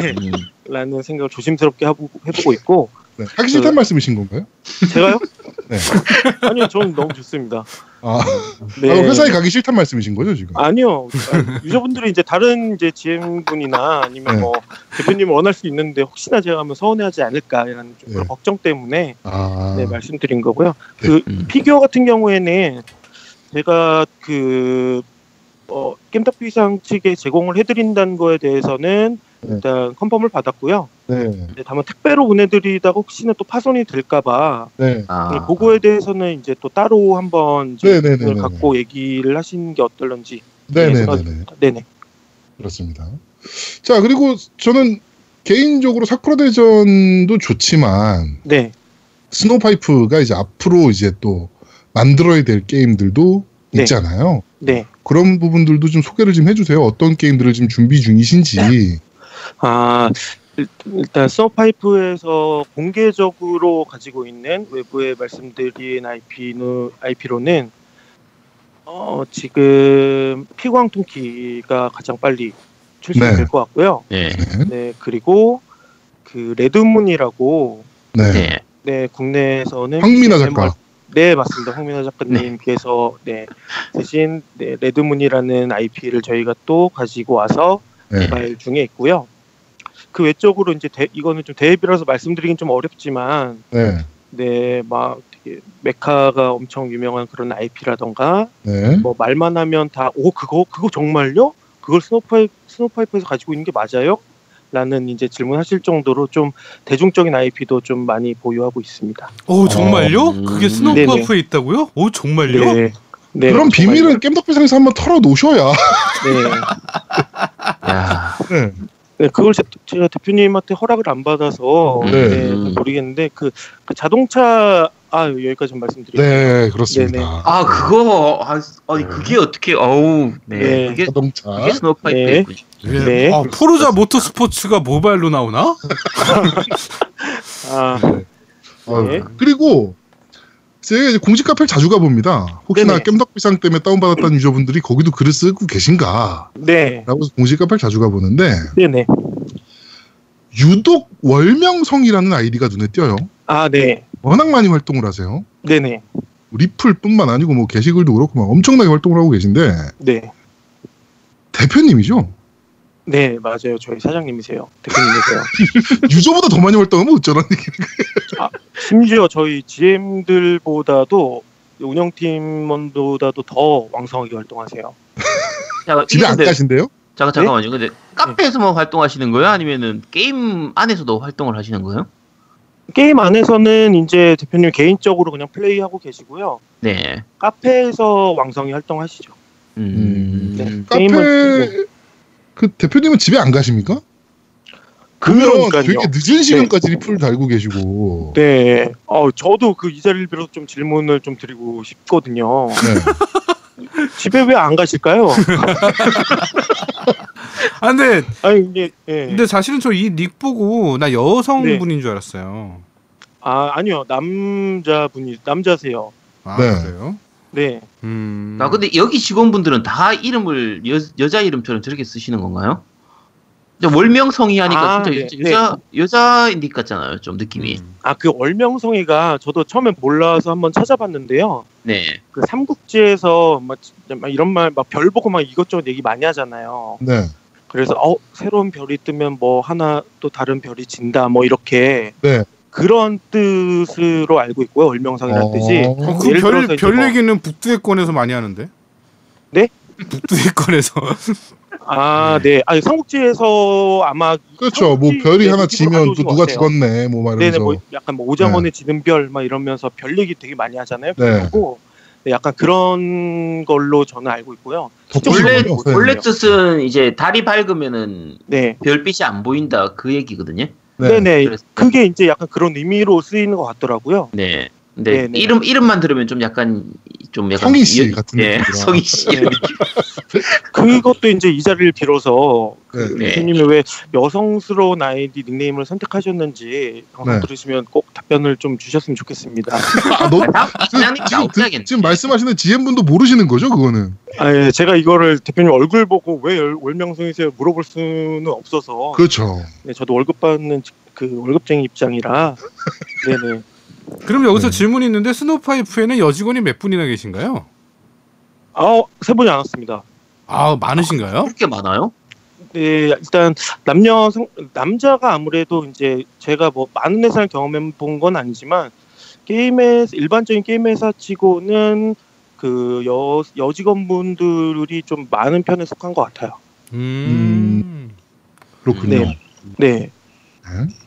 S5: 네.
S2: 음, 음.
S5: 라는 생각을 조심스럽게 하고, 해보고 있고
S3: 네. 하기 싫다는
S5: 그-
S3: 말씀이신 건가요?
S5: 제가요?
S3: 네.
S5: 아니요 저는 너무 좋습니다
S3: 아,
S5: 네.
S3: 아, 그럼 회사에 가기 싫다는 말씀이신 거죠 지금?
S5: 아니요 아니, 유저분들이 이제 다른 이제 GM분이나 아니면
S3: 네.
S5: 뭐 대표님을 원할 수 있는데 혹시나 제가 하면 서운해하지 않을까라는 좀 그런
S3: 네.
S5: 걱정 때문에
S3: 아,
S5: 네, 말씀드린 거고요
S3: 네.
S5: 그
S2: 음.
S5: 피규어 같은 경우에는 제가 그 어, 겜탑비상 측에 제공을 해드린다는 거에 대해서는
S3: 네.
S5: 일단 컨펌을 받았고요
S3: 네,
S5: 네, 다만 택배로 보내드리다가 혹시나 또 파손이 될까봐
S3: 네,
S5: 네,
S2: 아,
S5: 그거에 대해서는 이제 또 따로 한번 이제
S3: 네네네네.
S5: 오늘 갖고 얘기를 하신 게 어떨런지
S3: 네, 네, 네,
S5: 생각이
S3: 네,
S5: 네네
S3: 그렇습니다. 자 그리고 저는 개인적으로 사쿠라 대전도 좋지만
S5: 네
S3: 스노우파이프가 이제 앞으로 이제 또 만들어야 될 게임들도
S5: 네.
S3: 있잖아요.
S5: 네.
S3: 그런 부분들도 좀 소개를 좀 해주세요. 어떤 게임들을 지금 준비 중이신지.
S5: 아 일- 일단 서파이프에서 공개적으로 가지고 있는 외부에 말씀드린 IP는 IP로는 어 지금 피광 통키가 가장 빨리 출시될
S3: 네.
S5: 것 같고요.
S2: 네.
S5: 네 그리고 그 레드문이라고
S3: 네.
S2: 네.
S5: 네 국내에서는
S3: 황미나
S5: MMR
S3: 작가.
S5: 네 맞습니다 홍민호 작가님께서 네. 대신 네, 레드문이라는 IP를 저희가 또 가지고 와서
S3: 네.
S5: 개발 중에 있고요. 그 외적으로 이제 대- 이거는 좀 대입이라서 말씀드리긴 좀 어렵지만
S3: 네.
S5: 네막 되게 메카가 엄청 유명한 그런 IP라던가
S3: 네.
S5: 뭐 말만 하면 다 오 그거 그거 정말요? 그걸 스노파이 스노파이프에서 가지고 있는 게 맞아요? 라는 이제 질문하실 정도로 좀 대중적인 IP도 좀 많이 보유하고 있습니다.
S6: 오 정말요?
S2: 음.
S6: 그게 스노우파프에 있다고요? 오 정말요?
S5: 어, 네. 네,
S3: 그런
S5: 정말요.
S3: 비밀은 겜덕비상에서 한번 털어놓으셔야.
S5: 네.
S2: 야,
S3: 네.
S5: 네, 그걸 제- 제가 대표님한테 허락을 안 받아서
S3: 네.
S5: 네. 잘 모르겠는데 그, 그 자동차 아 여기까지 좀 말씀드릴게요.
S3: 네, 그렇습니다.
S2: 아 그거 아, 아니
S3: 네.
S2: 그게 어떻게 어우 네,
S5: 네.
S2: 그게
S3: 자동차.
S2: 그게 스노우파이프
S5: 네.
S2: 있군요.
S6: 예.
S5: 네.
S6: 아, 포르자 모터스포츠가 모바일로 나오나?
S5: 아,
S3: 어,
S5: 네.
S3: 그리고 제가 이제 공식 카페를 자주 가봅니다. 혹시나
S5: 네네.
S3: 겜덕비상 때문에 다운받았다는 유저분들이 거기도 글을 쓰고 계신가?
S5: 네,
S3: 라고 해서 공식 카페를 자주 가보는데
S5: 네네,
S3: 유독 월명성이라는 아이디가 눈에 띄어요.
S5: 아, 네.
S3: 워낙 많이 활동을 하세요.
S5: 네네.
S3: 리플뿐만 아니고 뭐 게시글도 그렇고 막 엄청나게 활동을 하고 계신데
S5: 네.
S3: 대표님이죠.
S5: 네, 맞아요. 저희 사장님이세요. 대표님이세요.
S3: 유저보다 더 많이 활동하면 어쩌라는 얘기.
S5: 심지어 저희 GM들보다도 운영팀원보다도 더 왕성하게 활동하세요.
S2: 잠깐,
S3: 집에 안
S2: 근데-
S3: 가신대요?
S2: 잠깐 잠깐만요. 근데 카페에서만 뭐 활동하시는 거예요? 아니면은 게임 안에서도 활동을 하시는 거예요?
S5: 게임 안에서는 이제 대표님 개인적으로 그냥 플레이하고 계시고요.
S2: 네.
S5: 카페에서 왕성히 활동하시죠.
S2: 음.
S5: 네. 게임을
S3: 카페 그 대표님은 집에 안 가십니까? 그러면
S5: 금요일까지요.
S3: 되게 늦은 시간까지 리플 달고 계시고
S5: 네. 어, 저도 그 이자리를 빌어서 좀 질문을 좀 드리고 싶거든요. 집에 왜 안 가실까요?
S6: 아, 근데
S5: 아니, 이게, 예.
S6: 근데 사실은 저 이 닉 보고 나
S5: 네.
S6: 여성분인 줄 알았어요.
S5: 아, 아니요. 남자분이, 남자세요.
S6: 아,
S3: 네.
S6: 그래요?
S5: 네.
S6: 음.
S2: 아 근데 여기 직원분들은 다 이름을 여, 여자 이름처럼 저렇게 쓰시는 건가요? 진짜 월명성이 하니까
S5: 아,
S2: 진짜
S5: 네,
S2: 여자 여자인 듯 같잖아요. 좀 느낌이.
S6: 음.
S5: 아, 그 월명성애가 저도 처음에 몰라서 한번 찾아봤는데요.
S2: 네.
S5: 그 삼국지에서 막, 진짜 막 이런 말, 막 별 보고 막 이것저것 얘기 많이 하잖아요.
S3: 네.
S5: 그래서, 어, 새로운 별이 뜨면 뭐 하나 또 다른 별이 진다, 뭐 이렇게.
S3: 네.
S5: 그런 뜻으로 알고 있고요. 월명성이라는 뜻이.
S6: 어,
S3: 어,
S5: 예를 들어서
S6: 그별
S5: 이제
S6: 별
S5: 뭐-
S6: 얘기는 북두해권에서 많이 하는데?
S5: 네?
S6: 북두해권에서
S5: 아, 네. 아니, 삼국지에서 아마
S3: 그렇죠. 뭐
S5: 삼국지
S3: 별이
S5: 내
S3: 하나
S5: 느낌으로
S3: 지면 또
S5: 가져오신 것
S3: 누가
S5: 같아요.
S3: 죽었네 뭐
S5: 네네
S3: 말하면서
S5: 뭐 약간 뭐 오장원의 지는 별 막 이러면서 별 얘기 되게 많이 하잖아요.
S3: 네.
S5: 그리고 네, 약간 그런 걸로 저는 알고 있고요.
S3: 덧붙인
S2: 원래
S3: 거죠? 네.
S2: 원래 뜻은 이제 달이 밝으면은
S5: 네.
S2: 별빛이 안 보인다 그 얘기거든요.
S5: 네. 네
S2: 그래서-
S5: 그게 이제 약간 그런 의미로 쓰이는 것 같더라고요.
S2: 네. 근데
S5: 네, 네.
S2: 이름 이름만 들으면 좀 약간 좀 약간
S3: 성희 씨
S2: 여-
S3: 같은
S2: 네,
S3: 느낌이라.
S2: 성희 씨.
S5: 네. 그것도 이제 이 자리를 빌어서
S3: 네.
S2: 네.
S5: 교수님이 왜 여성스러운 아이디 닉네임을 선택하셨는지 방송
S3: 네.
S5: 들으시면 꼭 답변을 좀 주셨으면 좋겠습니다.
S3: 아, 너,
S2: 다음 장님
S3: 지금, 드-
S2: 나오셔야겠네.
S3: 지금 말씀하시는 GM분도 모르시는 거죠 그거는?
S5: 아, 예, 제가 이거를 대표님 얼굴 보고 왜 월- 월명성이세요 물어볼 수는 없어서
S3: 그렇죠.
S5: 네, 저도 월급 받는 지- 그 월급쟁이 입장이라 네네
S6: 그럼 여기서
S3: 네.
S6: 질문이 있는데 스노파이프에는 여직원이 몇 분이나 계신가요?
S5: 아세 분이 안 왔습니다.
S6: 아 많으신가요?
S2: 그렇게 많아요?
S5: 네 일단 남녀 성, 남자가 아무래도 이제 제가 뭐 많은 회사를 경험해 본 건 아니지만 게임에 일반적인 게임 회사치고는 그 여 여직원분들이 좀 많은 편에 속한 것 같아요.
S6: 음.
S3: 그렇군요.
S5: 네. 네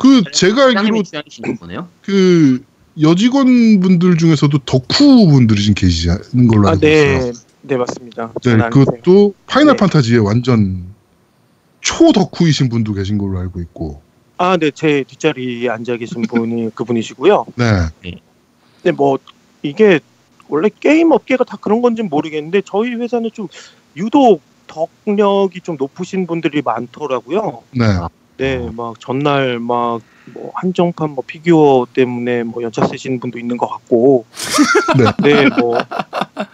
S3: 그 제가 알기로
S2: 장님이 취향이신 거네요.
S3: 그 여직원분들 중에서도 덕후분들이 지금 계시는 걸로
S5: 아,
S3: 알고 있어요.
S5: 네, 네 맞습니다. 저는
S3: 네,
S5: 아니세요.
S3: 그것도 파이널
S5: 네.
S3: 판타지의 완전 초덕후이신 분도 계신 걸로 알고 있고.
S5: 아, 네, 제 뒷자리에 앉아 계신 분이 그분이시고요.
S3: 네.
S5: 근데 뭐 이게 원래 게임 업계가 다 그런 건지 는 모르겠는데 저희 회사는 좀 유독 덕력이 좀 높으신 분들이 많더라고요.
S3: 네.
S5: 네, 막 전날 막 뭐 한정판 뭐 피규어 때문에 뭐 연차 쓰시는 분도 있는 것 같고, 네, 뭐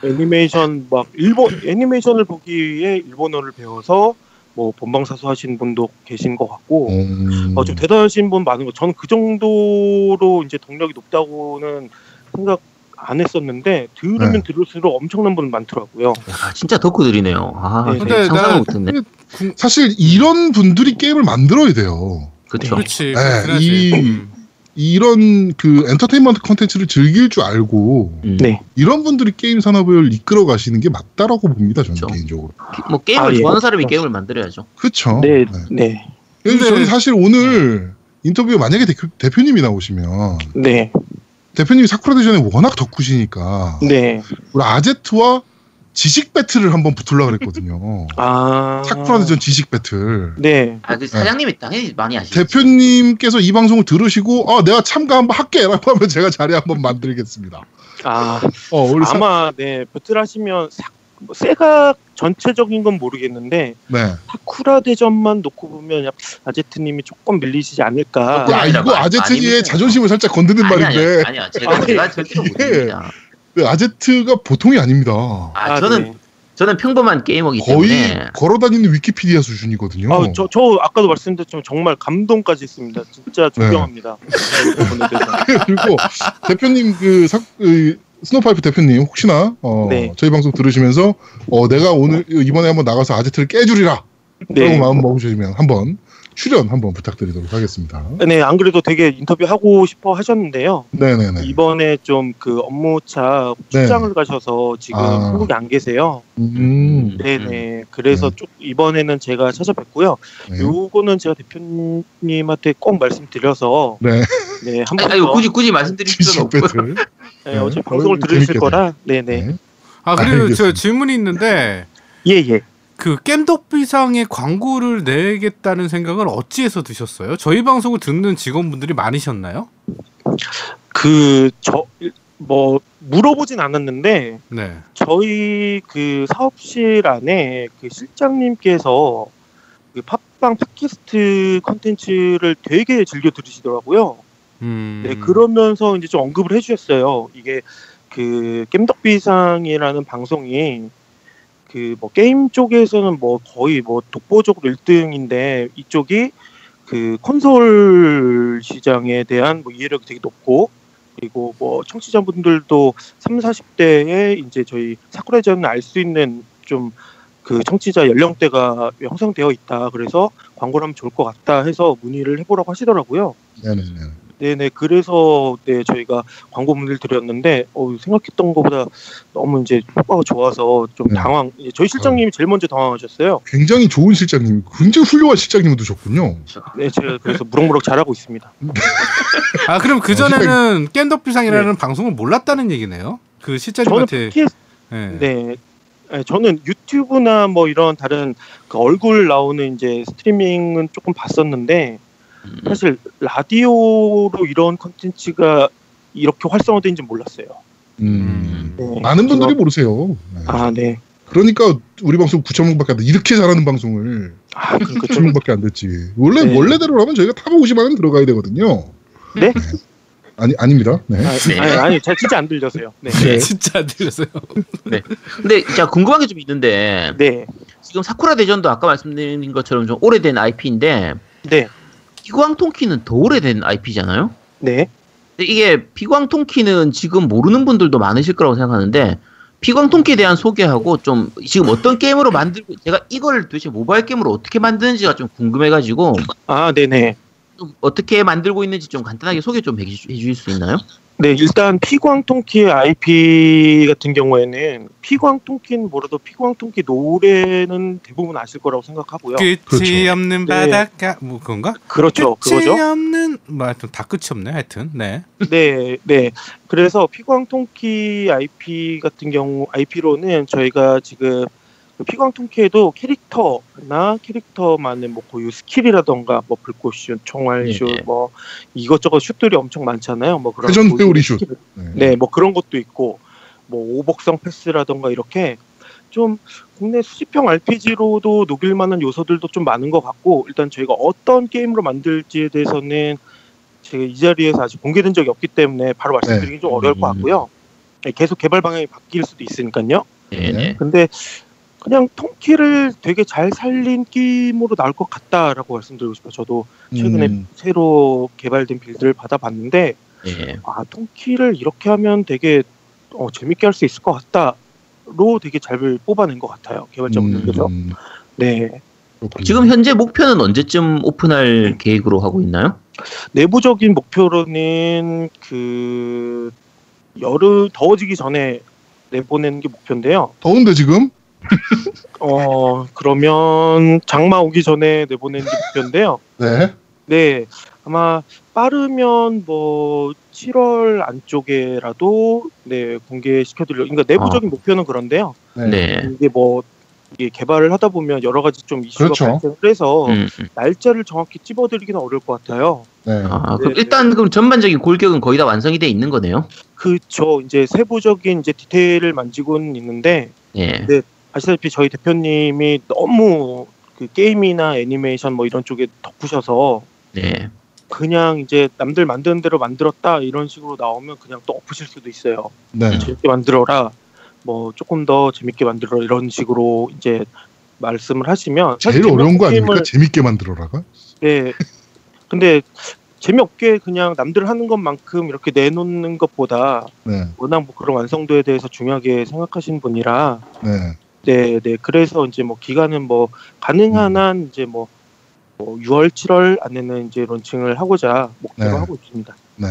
S5: 애니메이션 막 일본 애니메이션을 보기 위해 일본어를 배워서 뭐 본방사수 하시는 분도 계신 것 같고,
S3: 음.
S5: 어, 좀 대단하신 분 많은 거. 저는 그 정도로 이제 동력이 높다고는 생각 안 했었는데 들으면
S3: 네. 어?
S5: 들을수록 엄청난 분 많더라고요.
S2: 아, 진짜 덕후들이네요. 아,
S5: 네.
S2: 근데
S6: 근데
S2: 상상을
S6: 나는-
S2: 못했네.
S3: 사실 이런 분들이 게임을 만들어야 돼요.
S2: 그렇죠.
S6: 그렇지.
S3: 네,
S6: 그렇긴 하지.
S3: 이-
S6: 음.
S3: 이런 그 엔터테인먼트 콘텐츠를 즐길 줄 알고
S2: 음.
S5: 네.
S3: 이런 분들이 게임 산업을 이끌어 가시는 게 맞다라고 봅니다 저는
S2: 그렇죠.
S3: 개인적으로.
S2: 뭐 게임을
S5: 아, 예.
S2: 좋아하는 사람이 게임을 만들어야죠.
S3: 그렇죠.
S5: 네, 네,
S3: 근데
S6: 근데-
S3: 저는 사실
S2: 네.
S3: 오늘 인터뷰 만약에 대표, 님이 나오시면
S5: 네,
S3: 대표님이 사쿠라 대전에 워낙 덕후시니까
S5: 네.
S3: 우리 아제트와 지식 배틀을 한번 붙으려고 그랬거든요.
S5: 아,
S3: 사쿠라 대전 지식 배틀.
S5: 네,
S2: 아, 그 사장님이 당연히 많이 아시죠.
S3: 대표님께서 이 방송을 들으시고 아 내가 참가 한번 할게라고 하면 제가 자리 한번 만들겠습니다.
S5: 아,
S3: 어 우리 사-
S5: 아마 네 배틀하시면 사- 뭐 세가 전체적인 건 모르겠는데
S3: 네.
S5: 사쿠라 대전만 놓고 보면 약- 아제트님이 조금 밀리시지 않을까.
S2: 조금.
S3: 야, 이거
S2: 아닙니다. 아닙니다.
S3: 아제트의 자존심을 살짝 건드는
S2: 아니
S3: 말인데 예.
S2: 아니 아니요. 제가
S5: 아니,
S2: 제가 절대로
S3: 이게-
S2: 못합니다.
S3: 아제트가 음. 보통이 아닙니다.
S2: 아,
S5: 아,
S2: 저는
S5: 네.
S2: 저는 평범한 게이머기
S3: 거의
S2: 때문에
S3: 걸어다니는 위키피디아 수준이거든요.
S5: 아, 저, 저 아까도 말씀드렸지만 정말 감동까지 했습니다. 진짜 존경합니다. 네, 이번에 대해서.
S3: 그리고 대표님 그 사, 그 스노파이프 대표님 혹시나 어,
S5: 네.
S3: 저희 방송 들으시면서 어, 내가 오늘 이번에 한번 나가서 아제트를 깨주리라 그런
S5: 네.
S3: 마음 먹으시면 한번 출연 한번 부탁드리도록 하겠습니다.
S5: 네, 안 그래도 되게 인터뷰 하고 싶어 하셨는데요.
S3: 네네네.
S5: 이번에 좀 그 업무차
S3: 네.
S5: 출장을 가셔서 지금
S3: 아.
S5: 한국에 안 계세요.
S3: 음,
S5: 네네. 그래서
S3: 네.
S5: 쭉 이번에는 제가 찾아뵙고요.
S3: 네.
S5: 요거는 제가 대표님한테 꼭 말씀드려서
S3: 네.
S5: 네, 한번
S2: 아니, 이거 굳이 굳이 말씀드릴
S3: 진실
S2: 필요는 없고
S3: 배틀.
S5: 네, 어제
S3: 네.
S5: 방송을
S3: 어,
S5: 들으실
S3: 재밌겠다.
S5: 거라. 네네.
S3: 네.
S6: 아 그리고 저
S3: 알겠습니다.
S6: 질문이 있는데
S5: 예예.
S6: 그 겜덕비상에 광고를 내겠다는 생각은 어찌해서 드셨어요? 저희 방송을 듣는 직원분들이 많으셨나요?
S5: 그 저 뭐 물어보진 않았는데
S6: 네.
S5: 저희 그 사업실 안에 그 실장님께서 그 팟빵 팟캐스트 컨텐츠를 되게 즐겨 들으시더라고요.
S6: 음.
S5: 네, 그러면서 이제 좀 언급을 해주셨어요. 이게 그 겜덕비상이라는 방송이 그 뭐 게임 쪽에서는 뭐 거의 뭐 독보적으로 1등인데 이쪽이 그 콘솔 시장에 대한 뭐 이해력이 되게 높고 그리고 뭐 청취자분들도 3, 40대에 이제 저희 사쿠라전을 알 수 있는 좀 그 청취자 연령대가 형성되어 있다. 그래서 광고를 하면 좋을 것 같다 해서 문의를 해보라고 하시더라고요.
S3: 네네네.
S5: 네네 그래서 네 저희가 광고 문의를 드렸는데 어, 생각했던 것보다 너무 이제 효과가 좋아서 좀
S3: 네.
S5: 당황 이제 저희 실장님이 제일 먼저 당황하셨어요.
S3: 굉장히 좋은 실장님, 굉장히 훌륭한 실장님을 두셨군요.
S5: 네 제가 그래서 무럭무럭 잘하고 있습니다.
S6: 아 그럼 그
S5: 네.
S6: 전에는 겜덕비상이라는 방송을 몰랐다는 얘기네요. 그
S5: 저는
S6: 실장님한테.
S5: 팟캐
S6: 예.
S5: 네. 네, 저는 유튜브나 뭐 이런 다른 그 얼굴 나오는 이제 스트리밍은 조금 봤었는데
S2: 음,
S5: 사실 라디오로 이런 컨텐츠가 이렇게 활성화된지 몰랐어요.
S3: 음.
S5: 네.
S3: 많은 분들이 모르세요. 네.
S5: 아 네. 그래서-
S3: 그러니까 우리 방송 9,000명밖에 안 돼. 이렇게 잘하는 방송을
S5: 아 그러니까 좀
S3: 9,000명밖에 안 됐지. 원래
S5: 네.
S3: 원래대로라면 저희가 탑 50만 원 들어가야 되거든요.
S5: 네?
S3: 아니 아닙니다. 네.
S5: 아니, 아니, 아니, 잘 진짜 안 들려서요. 네.
S2: 네.
S6: 진짜 안 들렸어요.
S2: 근데 진짜 궁금한 게 좀 있는데
S5: 네.
S2: 지금 사쿠라 대전도 아까 말씀드린 것처럼 좀 오래된 IP인데
S5: 네.
S2: 비광통키는 더 오래된 IP잖아요.
S5: 네.
S2: 근데 이게 비광통키는 지금 모르는 분들도 많으실 거라고 생각하는데 비광통키에 대한 소개하고 좀 지금 어떤 게임으로 만들고 제가 이걸 도대체 모바일 게임으로 어떻게 만드는지가 좀 궁금해가지고
S5: 아, 네네.
S2: 좀 어떻게 만들고 있는지 좀 간단하게 소개 좀 해주- 해주실 수 있나요?
S5: 네, 일단 피광통키의 IP 같은 경우에는 피광통키는 뭐라도 피광통키 노래는 대부분 아실 거라고 생각하고요.
S6: 끝이
S3: 그렇죠.
S6: 없는
S5: 네.
S6: 바닷가 뭐 그건가?
S5: 그렇죠,
S6: 끝이
S5: 그거죠.
S6: 없는 뭐 하여튼 다 끝이 없네. 하여튼 네.
S5: 네, 네. 그래서 피광통키 IP 같은 경우 IP로는 저희가 지금 그 피광통키에도 캐릭터나 캐릭터만의 뭐 고유 스킬이라던가 뭐 불꽃슛, 총알슛,
S2: 네, 네.
S5: 뭐 이것저것 슛들이 엄청 많잖아요. 뭐 그런
S3: 회전
S5: 고유
S3: 회오리 슛.
S5: 스킬 네, 뭐 그런 것도 있고 뭐 오복성 패스라던가 이렇게 좀 국내 수집형 RPG로도 녹일 만한 요소들도 좀 많은 것 같고 일단 저희가 어떤 게임으로 만들지에 대해서는 제가 이 자리에서 아직 공개된 적이 없기 때문에 바로 말씀드리기 좀 어려울 것 같고요. 네, 계속 개발 방향이 바뀔 수도 있으니까요.
S2: 네, 네.
S5: 근데 그냥 통키를 되게 잘 살린 게임으로 나올 것 같다라고 말씀드리고 싶어요. 저도 최근에
S3: 음.
S5: 새로 개발된 빌드를 받아봤는데
S2: 네.
S5: 아, 통키를 이렇게 하면 되게 어, 재밌게 할 수 있을 것 같다로 되게 잘 뽑아낸 것 같아요 개발자분들께서.
S3: 음,
S5: 네
S3: 그렇군요.
S2: 지금 현재 목표는 언제쯤 오픈할 계획으로 하고 있나요?
S5: 내부적인 목표로는 그 여름 더워지기 전에 내보내는 게 목표인데요.
S3: 더운데 지금
S5: 어 그러면 장마 오기 전에 내보내는 게 목표인데요.
S3: 네.
S5: 네 아마 빠르면 뭐 7월 안쪽에라도 네 공개시켜드려. 그러니까 내부적인 목표는 그런데요.
S3: 네.
S2: 네.
S5: 이게 뭐 이게 개발을 하다 보면 여러 가지 좀 이슈가
S3: 그렇죠.
S5: 발생을 해서
S2: 음, 음.
S5: 날짜를 정확히 찝어드리기는 어려울 것 같아요.
S3: 네.
S2: 아, 그럼
S5: 네,
S2: 일단 그럼 전반적인 골격은 거의 다 완성이 돼 있는 거네요.
S5: 그저 이제 세부적인 이제 디테일을 만지고는 있는데
S2: 네.
S5: 아시다시피 저희 대표님이 너무 그 게임이나 애니메이션 뭐 이런 쪽에 덕후셔서
S2: 네.
S5: 그냥 이제 남들 만드는 대로 만들었다 이런 식으로 나오면 그냥 또 엎으실 수도 있어요.
S3: 네.
S5: 재밌게 만들어라. 뭐 조금 더 재밌게 만들어 이런 식으로 이제 말씀을 하시면
S3: 제일
S5: 사실
S3: 어려운 거 아닙니까?
S5: 게임을-
S3: 재밌게 만들어라가?
S5: 네. 근데 재미없게 그냥 남들 하는 것만큼 이렇게 내놓는 것보다
S3: 네,
S5: 워낙 뭐 그런 완성도에 대해서 중요하게 생각하신 분이라
S3: 네.
S5: 네, 네. 그래서 이제 뭐 기간은 뭐 가능한 한 이제 뭐, 뭐 6월, 7월 안에는 이제 론칭을 하고자 목표로
S3: 네.
S5: 하고 있습니다.
S3: 네.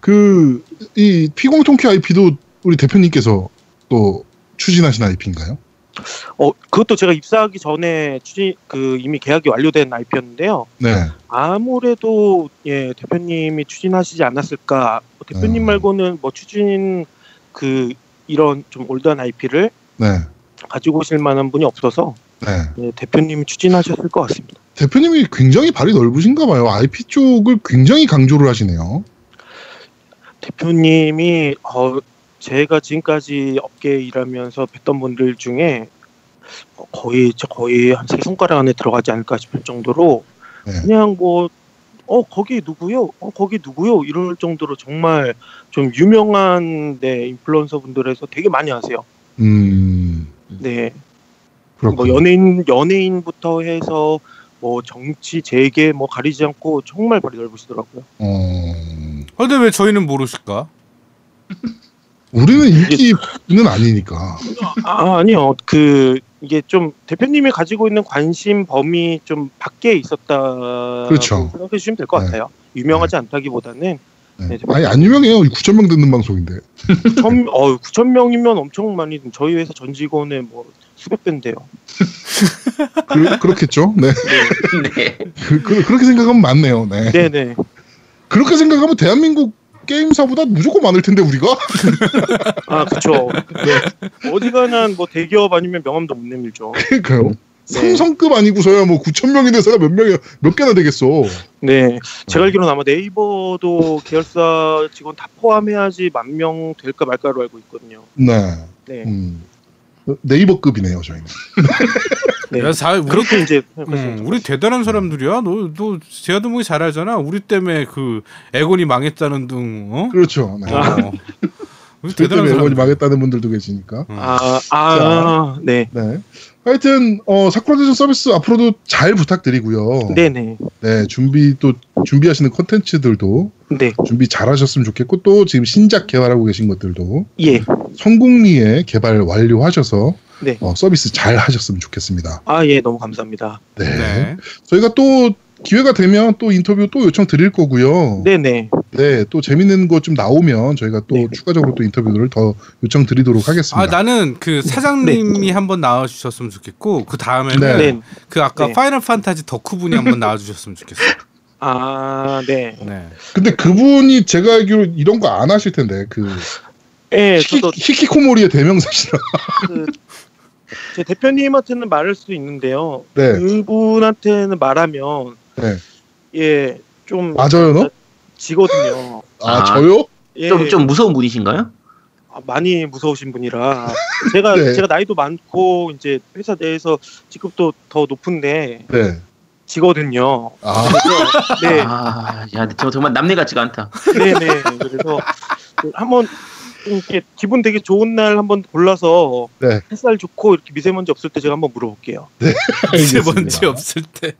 S3: 그, 이 피공통키 IP도 우리 대표님께서 또 추진하신 IP인가요?
S5: 어, 그것도 제가 입사하기 전에 추진 그 이미 계약이 완료된 IP였는데요.
S3: 네.
S5: 아무래도 예, 대표님이 추진하시지 않았을까. 대표님
S3: 음.
S5: 말고는 뭐 추진 그 이런 좀 올드한 IP를
S3: 네.
S5: 가지고 오실 만한 분이 없어서
S3: 네.
S5: 예, 대표님이 추진하셨을 것 같습니다.
S3: 대표님이 굉장히 발이 넓으신가 봐요. IP 쪽을 굉장히 강조를 하시네요.
S5: 대표님이 어, 제가 지금까지 업계에 일하면서 뵀던 분들 중에 어, 거의 저 거의 한 세 손가락 안에 들어가지 않을까 싶을 정도로
S3: 네.
S5: 그냥 뭐 어, 거기 누구요? 어, 거기 누구요? 이럴 정도로 정말 좀 유명한 네, 인플루언서 분들에서 되게 많이 하세요.
S3: 음,
S5: 네.
S3: 그렇군요.
S5: 뭐 연예인 연예인부터 해서 뭐 정치 재계 뭐 가리지 않고 정말 발이 넓으시더라고요.
S3: 어,
S6: 아, 근데 왜 저희는 모르실까?
S3: 우리는 인기는 아니니까.
S5: 아, 아니요. 그 이게 좀 대표님이 가지고 있는 관심 범위 좀 밖에 있었다.
S3: 그렇죠.
S5: 생각해 주시면 될 것
S3: 네.
S5: 같아요. 유명하지 않다기보다는
S3: 네. 아니, 안 유명해요. 9천 명 듣는 방송인데.
S5: 9천 어 9천 명이면 엄청 많이 저희 회사 전 직원의 뭐 수백 배인데요.
S3: 그, 그렇겠죠? 네.
S2: 네.
S3: 그, 그, 그렇게 생각하면 많네요. 네.
S5: 네네.
S3: 그렇게 생각하면 대한민국 게임사보다 무조건 많을 텐데, 우리가?
S5: 아 그렇죠.
S3: 네.
S5: 어디가나 뭐 대기업 아니면 명함도 못 내밀죠. 네.
S3: 그러니까요. 삼성급 아니고서야 뭐 9천 명이 돼서야 몇 명이 몇 개나 되겠어.
S5: 네, 제가 알기로는 아마 네이버도 계열사 직원 다 포함해야지 만 명 될까 말까로 알고 있거든요.
S3: 네.
S5: 네,
S3: 음. 네이버급이네요, 저희는.
S5: 네.
S6: 야, 사, 우리,
S5: 그렇게 이제
S6: 음, 우리 대단한 사람들이야. 너, 너 제아드몽이 잘 알잖아. 우리 때문에 그 에곤이 망했다는 등. 어?
S3: 그렇죠. 네.
S5: 아.
S6: 어. 우리
S3: 그
S6: 대단한
S3: 때문에 앨범이
S6: 사람.
S3: 망했다는 분들도 계시니까.
S5: 아, 아, 네,
S3: 네. 하여튼 어, 사쿠라 대전 서비스 앞으로도 잘 부탁드리고요.
S5: 네, 네,
S3: 네, 준비 또 준비하시는 컨텐츠들도
S5: 네,
S3: 준비 잘하셨으면 좋겠고 또 지금 신작 개발하고 계신 것들도
S5: 예,
S3: 성공리에 개발 완료하셔서
S5: 네.
S3: 어, 서비스 잘 하셨으면 좋겠습니다.
S5: 아, 예, 너무 감사합니다.
S3: 네.
S6: 네.
S3: 저희가 또 기회가 되면 또 인터뷰 또 요청 드릴 거고요.
S5: 네, 네,
S3: 네, 또 재밌는 거 좀 나오면 저희가 또
S5: 네.
S3: 추가적으로 또 인터뷰를 더 요청 드리도록 하겠습니다. 네.
S6: 아 나는 그 사장님이 한번 나와주셨으면 좋겠고 그 다음에는
S3: 네.
S5: 네,
S6: 그 아까
S5: 네.
S6: 파이널 판타지 덕후 분이 한번 나와주셨으면 좋겠어요.
S5: 아, 네,
S6: 네.
S3: 근데 그분이 제가 알기로 이런 거 안 하실 텐데 그
S5: 예,
S3: 히키,
S5: 저도
S3: 히키코모리의 대명사시라.
S5: 그, 제 대표님한테는 말할 수도 있는데요.
S3: 네,
S5: 그분한테는 말하면,
S3: 네.
S5: 예, 좀
S3: 맞아요, 너?
S5: 지거든요.
S3: 아,
S2: 아.
S3: 저요?
S5: 예.
S2: 좀, 좀 무서운 분이신가요?
S5: 아, 많이 무서우신 분이라 제가
S3: 네.
S5: 제가 나이도 많고 이제 회사 내에서 직급도 더 높은데
S3: 네.
S5: 지거든요.
S3: 아,
S5: 네,
S2: 아, 야, 근데 저 정말 남네 같지가 않다.
S5: 네, 네. 그래서 한번 좀 이렇게 기분 되게 좋은 날 한번 골라서
S3: 네.
S5: 햇살 좋고 이렇게 미세먼지 없을 때 제가 한번 물어볼게요.
S6: 이제
S3: 알겠습니다.
S6: 먼지 없을 때.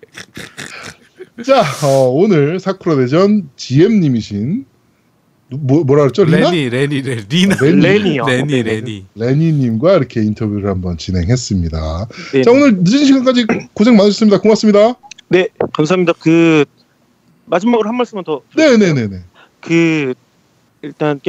S3: 자, 어, 오늘 사쿠라 대전 GM님이신 뭐, 뭐라 그랬죠? 리나?
S6: 레니 레니 레 리나.
S3: 아, 레니.
S5: 레니요.
S6: 레니
S5: 네,
S6: 레니.
S3: 레니님과 이렇게 인터뷰를 한번 진행했습니다.
S5: 네,
S3: 자, 오늘 늦은 시간까지 고생 많으셨습니다. 고맙습니다.
S5: 네, 감사합니다. 그 마지막으로 한 말씀만 더.
S3: 네, 네, 네, 네.
S5: 그 일단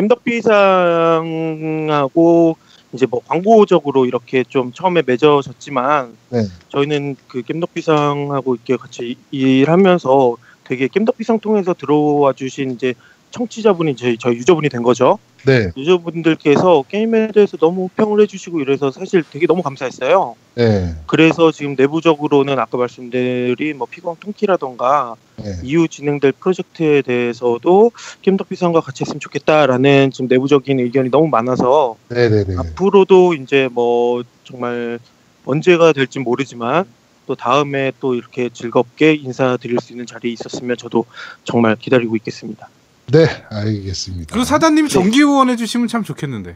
S5: 겜덕비상하고 이제 뭐 광고적으로 이렇게 좀 처음에 맺어졌지만
S3: 네.
S5: 저희는 그 겜덕비상하고 이렇게 같이 일하면서 되게 겜덕비상 통해서 들어와 주신 이제 청취자분이 저희, 저희 유저분이 된 거죠.
S3: 네,
S5: 유저분들께서 게임에 대해서 너무 평을 해주시고 이래서 사실 되게 너무 감사했어요.
S3: 네,
S5: 그래서 지금 내부적으로는 아까 말씀드린 뭐 피광 통키라던가
S3: 네.
S5: 이후 진행될 프로젝트에 대해서도 겜덕비상과 같이 했으면 좋겠다라는 지금 내부적인 의견이 너무 많아서
S3: 네, 네, 네.
S5: 앞으로도 이제 뭐 정말 언제가 될지 모르지만 또 다음에 또 이렇게 즐겁게 인사드릴 수 있는 자리에 있었으면 저도 정말 기다리고 있겠습니다.
S3: 네, 알겠습니다.
S6: 그리고 사단님 정기 후원해 주시면 참 좋겠는데.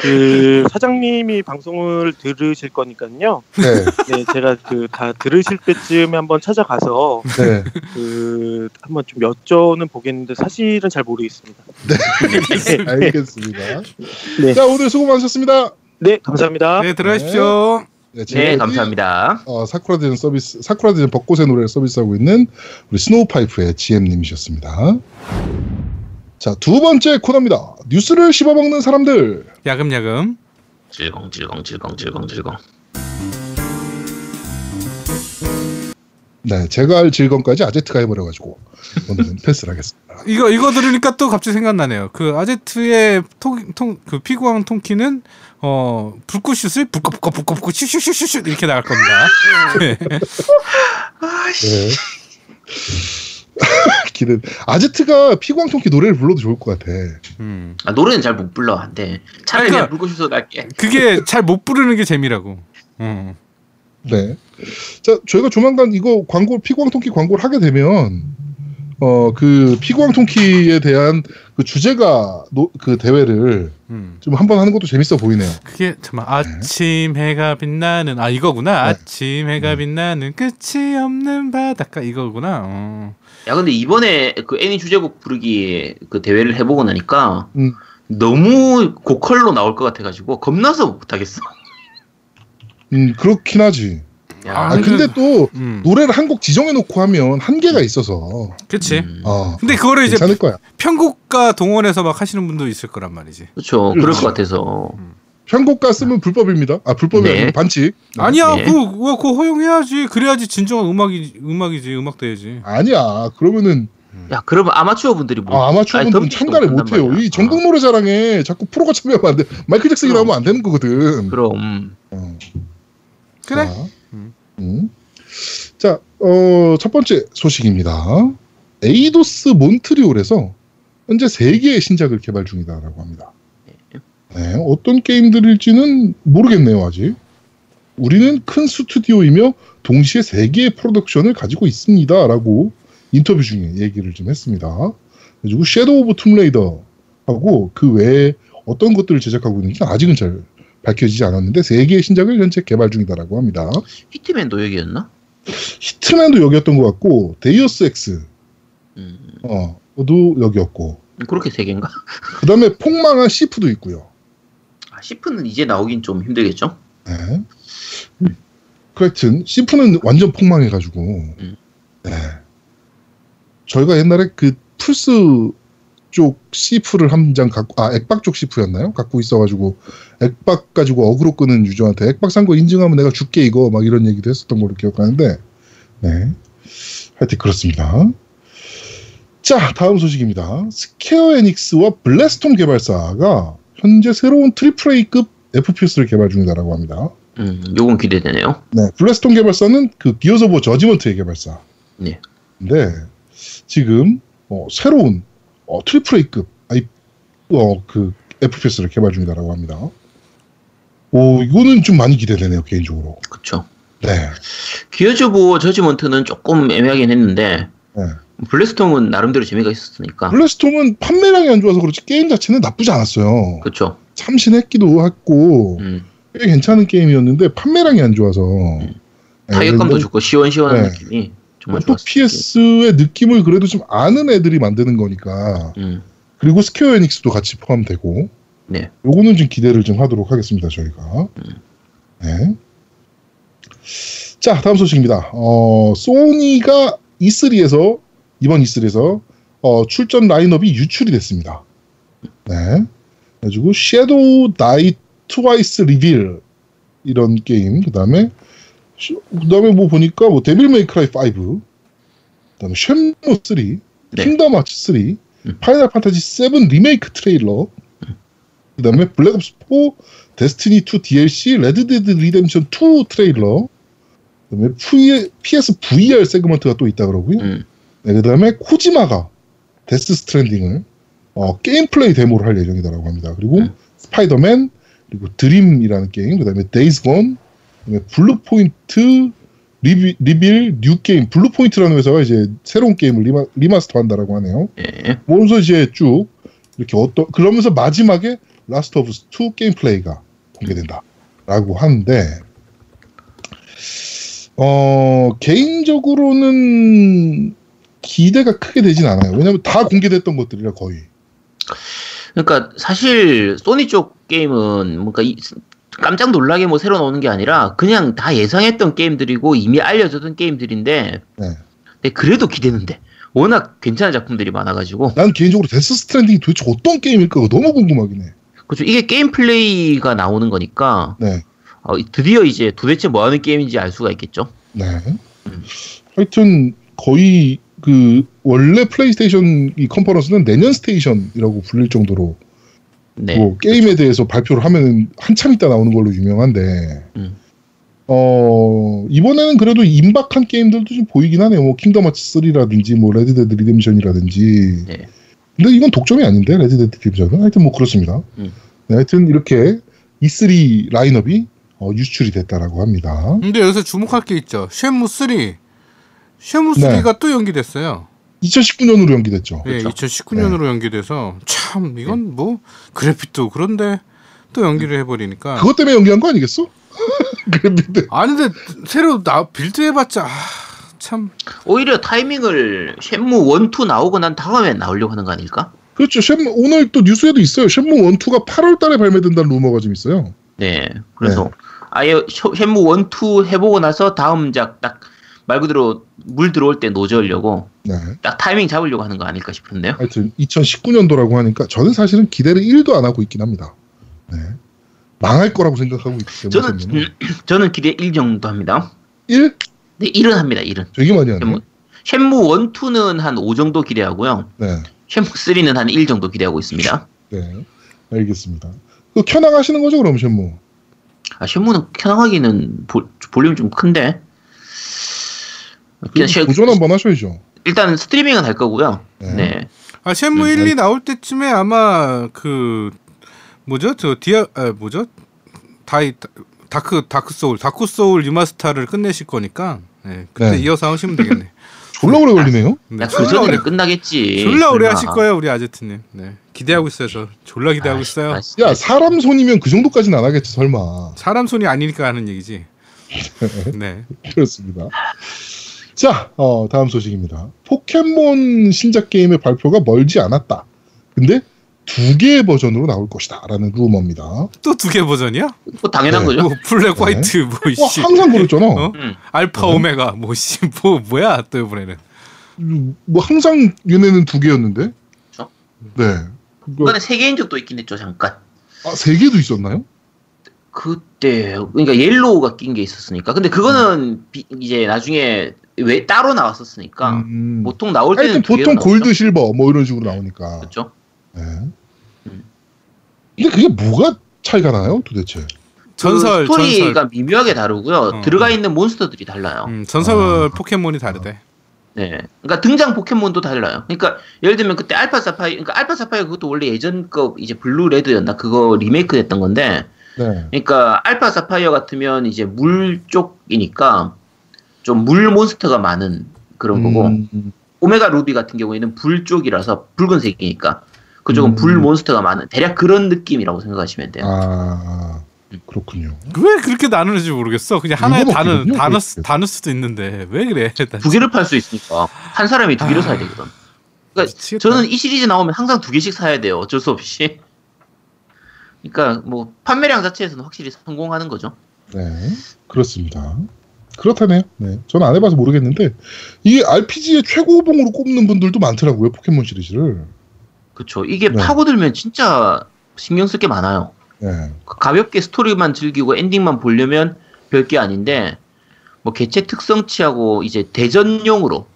S5: 그 사장님이 방송을 들으실 거니까요.
S3: 네,
S5: 네, 제가 그 다 들으실 때쯤에 한번 찾아가서
S3: 네.
S5: 그 한번 좀 여쭤는 보겠는데 사실은 잘 모르겠습니다. 네,
S3: 알겠습니다.
S5: 네.
S3: 자, 오늘 수고 많으셨습니다.
S5: 네, 감사합니다.
S6: 네, 들어가십시오.
S3: 아, 네,
S2: 네,
S3: 지금까지,
S2: 감사합니다.
S3: 어, 사쿠라 대전 서비스, 사쿠라 대전 벚꽃의 노래를 서비스하고 있는 우리 스노우파이프의 GM님이셨습니다. 자, 두 번째 코너입니다. 뉴스를 씹어먹는 사람들.
S6: 야금야금.
S2: 질겅질겅질겅질겅질겅.
S3: 네, 제가 할 즐거움까지 아제트가 해버려가지고 오늘은 패스를 하겠습니다.
S6: 이거 이거 들으니까 또 갑자기 생각나네요. 그 아제트의 통통그 피구왕 통키는 어 불꽃슛을 불꽃불꽃 불꽃불꽃 슈슈슈슈 이렇게 나갈 겁니다. 네.
S3: 네. 기대. 아제트가 피광통키 노래를 불러도 좋을 것 같아.
S6: 음.
S2: 아, 노래는 잘 못 불러. 안 돼. 차라리
S6: 아까-
S2: 그냥 물고 싶어서 갈게.
S6: 그게 잘 못 부르는 게 재미라고. 음.
S3: 네. 자, 저희가 조만간 이거 광고 피광통키 광고를 하게 되면 어 그 피광통키에 대한 그 주제가 노, 그 대회를
S6: 음.
S3: 좀 한번 하는 것도 재밌어 보이네요.
S6: 그게 정말 아침 해가 빛나는 아 이거구나.
S3: 네.
S6: 아침
S3: 음.
S6: 해가 빛나는 끝이 없는 바닷가 이거구나. 어.
S2: 야, 근데 이번에 그 애니 주제곡 부르기 그 대회를 해보고 나니까
S3: 음.
S2: 너무 고컬로 나올 것 같아가지고 겁나서 못하겠어.
S3: 음 그렇긴 하지.
S2: 야,
S3: 아 근데 또
S6: 음.
S3: 노래를 한 곡 지정해 놓고 하면 한계가 있어서
S6: 그치
S2: 음.
S3: 어
S6: 근데 그거를 이제
S3: 괜찮을 거야.
S6: 편곡가 동원해서 막 하시는 분도 있을 거란 말이지.
S2: 그렇죠. 그럴
S3: 그렇지.
S2: 것 같아서.
S3: 편곡가 쓰면 불법입니다. 아 불법이
S2: 네.
S3: 아니고 반칙.
S6: 아니야,
S2: 예.
S6: 그거, 그거 그거 허용해야지. 그래야지 진정한 음악이 음악이지, 음악돼야지.
S3: 아니야. 그러면은
S2: 야, 그러면 아마추어 분들이 뭐.
S3: 아, 아마추어분들은
S2: 아니,
S3: 참가를
S2: 덤비지도
S3: 못해요.
S2: 못한단 말이야. 어.
S3: 이 전국 노래 자랑에 자꾸 프로가 참여하면 안 돼. 마이클 잭슨이
S2: 그럼.
S3: 나오면 안 되는 거거든.
S2: 그럼. 음.
S6: 그래.
S3: 자,
S6: 음.
S3: 음. 자, 어, 첫 번째 소식입니다. 에이도스 몬트리올에서 현재 세개의 신작을 개발 중이다라고 합니다.
S6: 예.
S3: 네, 어떤 게임들일지는 모르겠네요, 아직. 우리는 큰 스튜디오이며 동시에 세개의 프로덕션을 가지고 있습니다라고 인터뷰 중에 얘기를 좀 했습니다. 그리고 섀도우 오브 툼레이더하고 그 외에 어떤 것들을 제작하고 있는지 는 아직은 잘 밝혀지지 않았는데 세 개의 신작을 현재 개발 중이다라고 합니다.
S2: 히트맨도 여기였나?
S3: 히트맨도 여기였던 것 같고 데이어스 엑스
S2: 음.
S3: 어도 여기였고
S2: 그렇게 세 개인가?
S3: 그 다음에 폭망한 시프도 있고요.
S2: 아, 시프는 이제 나오긴 좀 힘들겠죠?
S3: 네. 그하여튼 시프는 완전 폭망해가지고 네. 저희가 옛날에 그 플스 쪽 시프를 한 장 갖고 아 액박 쪽 시프였나요? 갖고 있어가지고 액박 가지고 어그로 끄는 유저한테 액박 산 거 인증하면 내가 줄게 이거 막 이런 얘기도 했었던 걸로 기억하는데 네 하여튼 그렇습니다. 자 다음 소식입니다. 스퀘어 에닉스와 블래스톰 개발사가 현재 새로운 트리플 A급 FPS를 개발 중이다라고 합니다.
S2: 음, 요건 기대되네요.
S3: 네, 블래스톤 개발사는 그 기어스 오브 저지먼트의 개발사.
S2: 네.
S3: 근데 지금 어, 새로운 어, 트리플 A급 아이 어, 그 FPS를 개발 중이다라고 합니다. 오, 이거는 좀 많이 기대되네요 개인적으로.
S2: 그쵸.
S3: 네,
S2: 기어즈보 저지먼트는 조금 애매하긴 했는데,
S3: 네.
S2: 블레스톰은 나름대로 재미가 있었으니까.
S3: 블래스톰은 판매량이 안 좋아서 그렇지 게임 자체는 나쁘지 않았어요.
S2: 그쵸.
S3: 참신했기도 했고
S2: 음,
S3: 꽤 괜찮은 게임이었는데 판매량이 안 좋아서 네,
S2: 타격감도
S3: 그래서
S2: 좋고, 시원시원한
S3: 네.
S2: 느낌이 정말
S3: 또
S2: 아, 좋았어요.
S3: PS의 느낌을 그래도 좀 아는 애들이 만드는 거니까
S2: 음,
S3: 그리고 스퀘어 에닉스도 같이 포함되고
S2: 네. 음.
S3: 요거는 좀 기대를 좀 하도록 하겠습니다 저희가 네. 자 다음 소식입니다 어, 소니가 E E3에서 이번 E3에서 어, 출전 라인업이 유출이 됐습니다 네. 그래가지고 섀도우 나이 트와이스 리빌 이런 게임 그 다음에 그 다음에 뭐 보니까 뭐 데빌 메이크라이 5 그다음에 쉐무 3
S2: 네.
S3: 킹덤 아츠 3
S2: 음.
S3: 파이널 판타지 7 리메이크 트레일러 그다음에 블랙옵스 4 데스티니 2 DLC 레드 데드 리뎀션 2 트레일러 그다음에 V- PS VR 세그먼트가 또 있다 그러고요
S2: 음.
S3: 네, 그다음에 코지마가 데스 스트랜딩을 어, 게임 플레이 데모를 할 예정이다라고 합니다. 그리고
S2: 네.
S3: 스파이더맨 그리고 드림이라는 게임 그다음에 데이즈 건 그다음에 블루 포인트 리비, 리빌 뉴 게임 블루 포인트라는 회사가 이제 새로운 게임을 리마, 리마스터한다라고 하네요.
S2: 예.
S3: 모면서 이제 쭉 이렇게 어떤 그러면서 마지막에 라스트 오브 스 2 게임 플레이가 공개된다라고 하는데 어 개인적으로는 기대가 크게 되진 않아요. 왜냐면 다 공개됐던 것들이라 거의.
S2: 그러니까 사실 소니 쪽 게임은 뭔가 이- 깜짝 놀라게 뭐 새로 나오는 게 아니라 그냥 다 예상했던 게임들이고 이미 알려졌던 게임들인데
S3: 네.
S2: 근데 그래도 기대는데 워낙 괜찮은 작품들이 많아가지고
S3: 난 개인적으로 데스 스트랜딩이 도대체 어떤 게임일까가 너무 궁금하긴 해.
S2: 그렇죠 이게 게임 플레이가 나오는 거니까
S3: 네.
S2: 어, 드디어 이제 도대체 뭐 하는 게임인지 알 수가 있겠죠
S3: 네. 하여튼 거의 그 원래 플레이스테이션 이 컨퍼런스는 내년 스테이션이라고 불릴 정도로
S2: 네
S3: 뭐 게임에 대해서 발표를 하면 한참 있다 나오는 걸로 유명한데
S2: 음.
S3: 어 이번에는 그래도 임박한 게임들도 좀 보이긴 하네요. 뭐 킹덤 하츠 3라든지 뭐 레드데드 리뎀션이라든지.
S2: 네.
S3: 근데 이건 독점이 아닌데 레드데드 리뎀션은 하여튼 뭐 그렇습니다.
S2: 음.
S3: 네, 하여튼 이렇게 E3 라인업이 어, 유출이 됐다라고 합니다.
S6: 근데 여기서 주목할 게 있죠. 쉐무 3. 쉐무
S3: 네. 그렇죠.
S6: 3가 또 연기됐어요.
S3: 2019년으로 연기됐죠. 네.
S6: 예,
S2: 그렇죠.
S6: 2019년으로 연기돼서 참 이건 뭐 그래픽도 그런데 또 연기를 해버리니까.
S3: 그것 때문에 연기한 거 아니겠어? 그랬는데
S6: 아니 근데 새로 나 빌드 해봤자 아, 참
S2: 오히려 타이밍을 쉔무 1, 2 나오고 난 다음에 나오려고 하는 거 아닐까?
S3: 그렇죠. 쉔 오늘 또 뉴스에도 있어요. 쉔몽 1, 2가 8월달에 발매된다는 루머가 좀 있어요.
S2: 네 그래서 아예 쇼- 쉔무 1, 2 해보고 나서 다음 작 딱 말 그대로 물 들어올 때 노저으려고
S3: 네.
S2: 딱 타이밍 잡으려고 하는 거 아닐까 싶은데요
S3: 하여튼 2019년도라고 하니까 저는 사실은 기대를 1도 안 하고 있긴 합니다. 네. 망할 거라고 생각하고 있기 때문에
S2: 저는
S3: 저는
S2: 저는 기대 1 정도 합니다
S3: 1
S2: 네, 1은 합니다 1은
S3: 되게 많이 하네.
S2: 쉔무, 쉔무 1, 2는 한 5 정도 기대하고요
S3: 네.
S2: 쉔무 3는 한 1 정도 기대하고 있습니다
S3: 네. 알겠습니다. 그 켜낭 하시는 거죠, 그럼 쉔몽?
S2: 아, 쉔무는 켜나가기는 볼- 볼륨이 좀 큰데
S3: 그 도전 한번 하셔야죠.
S2: 일단 스트리밍은 할 거고요
S3: 네.
S2: 네.
S6: 아, 쉔무 1, 2 나올 때쯤에 아마 그 뭐죠? 저 디아 아, 뭐죠? 다이 다크 다크 소울, 다크 소울 리마스터를 끝내실 거니까 네, 그때
S3: 네.
S6: 이어서 하시면 되겠네.
S3: 졸라 오래 걸리네요.
S6: 네,
S2: 야, 그 전에
S6: 오래-
S2: 끝나겠지.
S6: 졸라 오래
S2: 예, 설마.
S6: 하실 거예요, 우리 아제트님. 네, 기대하고 있어요, 저. 졸라 기대하고
S2: 아,
S6: 있어요.
S2: 아,
S3: 야, 사람 손이면 그 정도까지는 안 하겠지, 설마.
S6: 사람 손이 아니니까 하는 얘기지. 네.
S3: 그렇습니다. 자, 어, 다음 소식입니다. 포켓몬 신작 게임의 발표가 멀지 않았다. 근데 두 개의 버전으로 나올 것이다. 라는 루머입니다. 와,
S6: 또 두 개 버전이야?
S2: 뭐 당연한
S3: 네.
S6: 뭐
S2: 거죠.
S6: 블랙 화이트 뭐 이씨.
S3: 항상 그랬잖아.
S6: 어?
S2: 음.
S6: 알파 오메가 뭐씨 뭐 뭐야 또 이번에는.
S2: 그
S3: 뭐, 항상 얘네는 두 개였는데?
S2: 그렇죠.
S3: 네. 그거-
S2: 그간에 세 개인 적도 있긴 했죠 잠깐.
S3: 아, 세 개도 있었나요?
S2: 그때 그러니까 옐로우가 낀 게 있었으니까. 근데 그거는 비- 이제 나중에 왜 따로 나왔었으니까
S3: 음.
S2: 보통 나올 때는
S3: 하여튼
S2: 그러니까 두 개로
S3: 보통
S2: 나오죠.
S3: 골드, 실버, 뭐 이런 식으로 나오니까.
S2: 그렇죠.
S3: 네.
S2: 음.
S3: 근데 그게 뭐가 차이가 나요, 도대체?
S6: 전설
S2: 그 스토리가
S6: 전설.
S2: 미묘하게 다르고요.
S6: 어.
S2: 들어가 있는 몬스터들이 달라요.
S6: 음, 전설
S2: 아.
S6: 포켓몬이 다르대.
S2: 네. 그러니까 등장 포켓몬도 달라요. 그러니까 예를 들면 그때 알파 사파이 그러니까 알파 사파이 그것도 원래 예전 거 이제 블루 레드였나 그거 리메이크 됐던 건데
S3: 네.
S2: 그러니까 알파 사파이어 같으면 이제 물 쪽이니까 좀 물 몬스터가 많은 그런 거고
S3: 음,
S2: 오메가 루비 같은 경우에는 불 쪽이라서 붉은색이니까 그쪽은
S3: 음.
S2: 불 몬스터가 많은 대략 그런 느낌이라고 생각하시면 돼요.
S3: 아, 그렇군요.
S6: 왜 그렇게 나누는지 모르겠어. 그냥 하나의
S3: 이유가
S6: 단어
S3: 없거든요,
S6: 단어
S3: 그게.
S6: 단어 수도 있는데 왜 그래? 나
S2: 두 개를 팔 수 있으니까 한 사람이 두 개를
S3: 아,
S2: 사야 되거든. 그러니까
S6: 미치겠다.
S2: 저는 이 시리즈 나오면 항상 두 개씩 사야 돼요. 어쩔 수 없이. 그러니까 뭐 판매량 자체에서는 확실히 성공하는 거죠.
S3: 네, 그렇습니다. 그렇다네요. 네, 저는 안 해봐서 모르겠는데 이게 RPG의 최고봉으로 꼽는 분들도 많더라고요 포켓몬 시리즈를.
S2: 그렇죠. 이게
S3: 네.
S2: 파고들면 진짜 신경 쓸 게 많아요.
S3: 네,
S2: 가볍게 스토리만 즐기고 엔딩만 보려면 별게 아닌데 뭐 개체 특성치하고 이제 대전용으로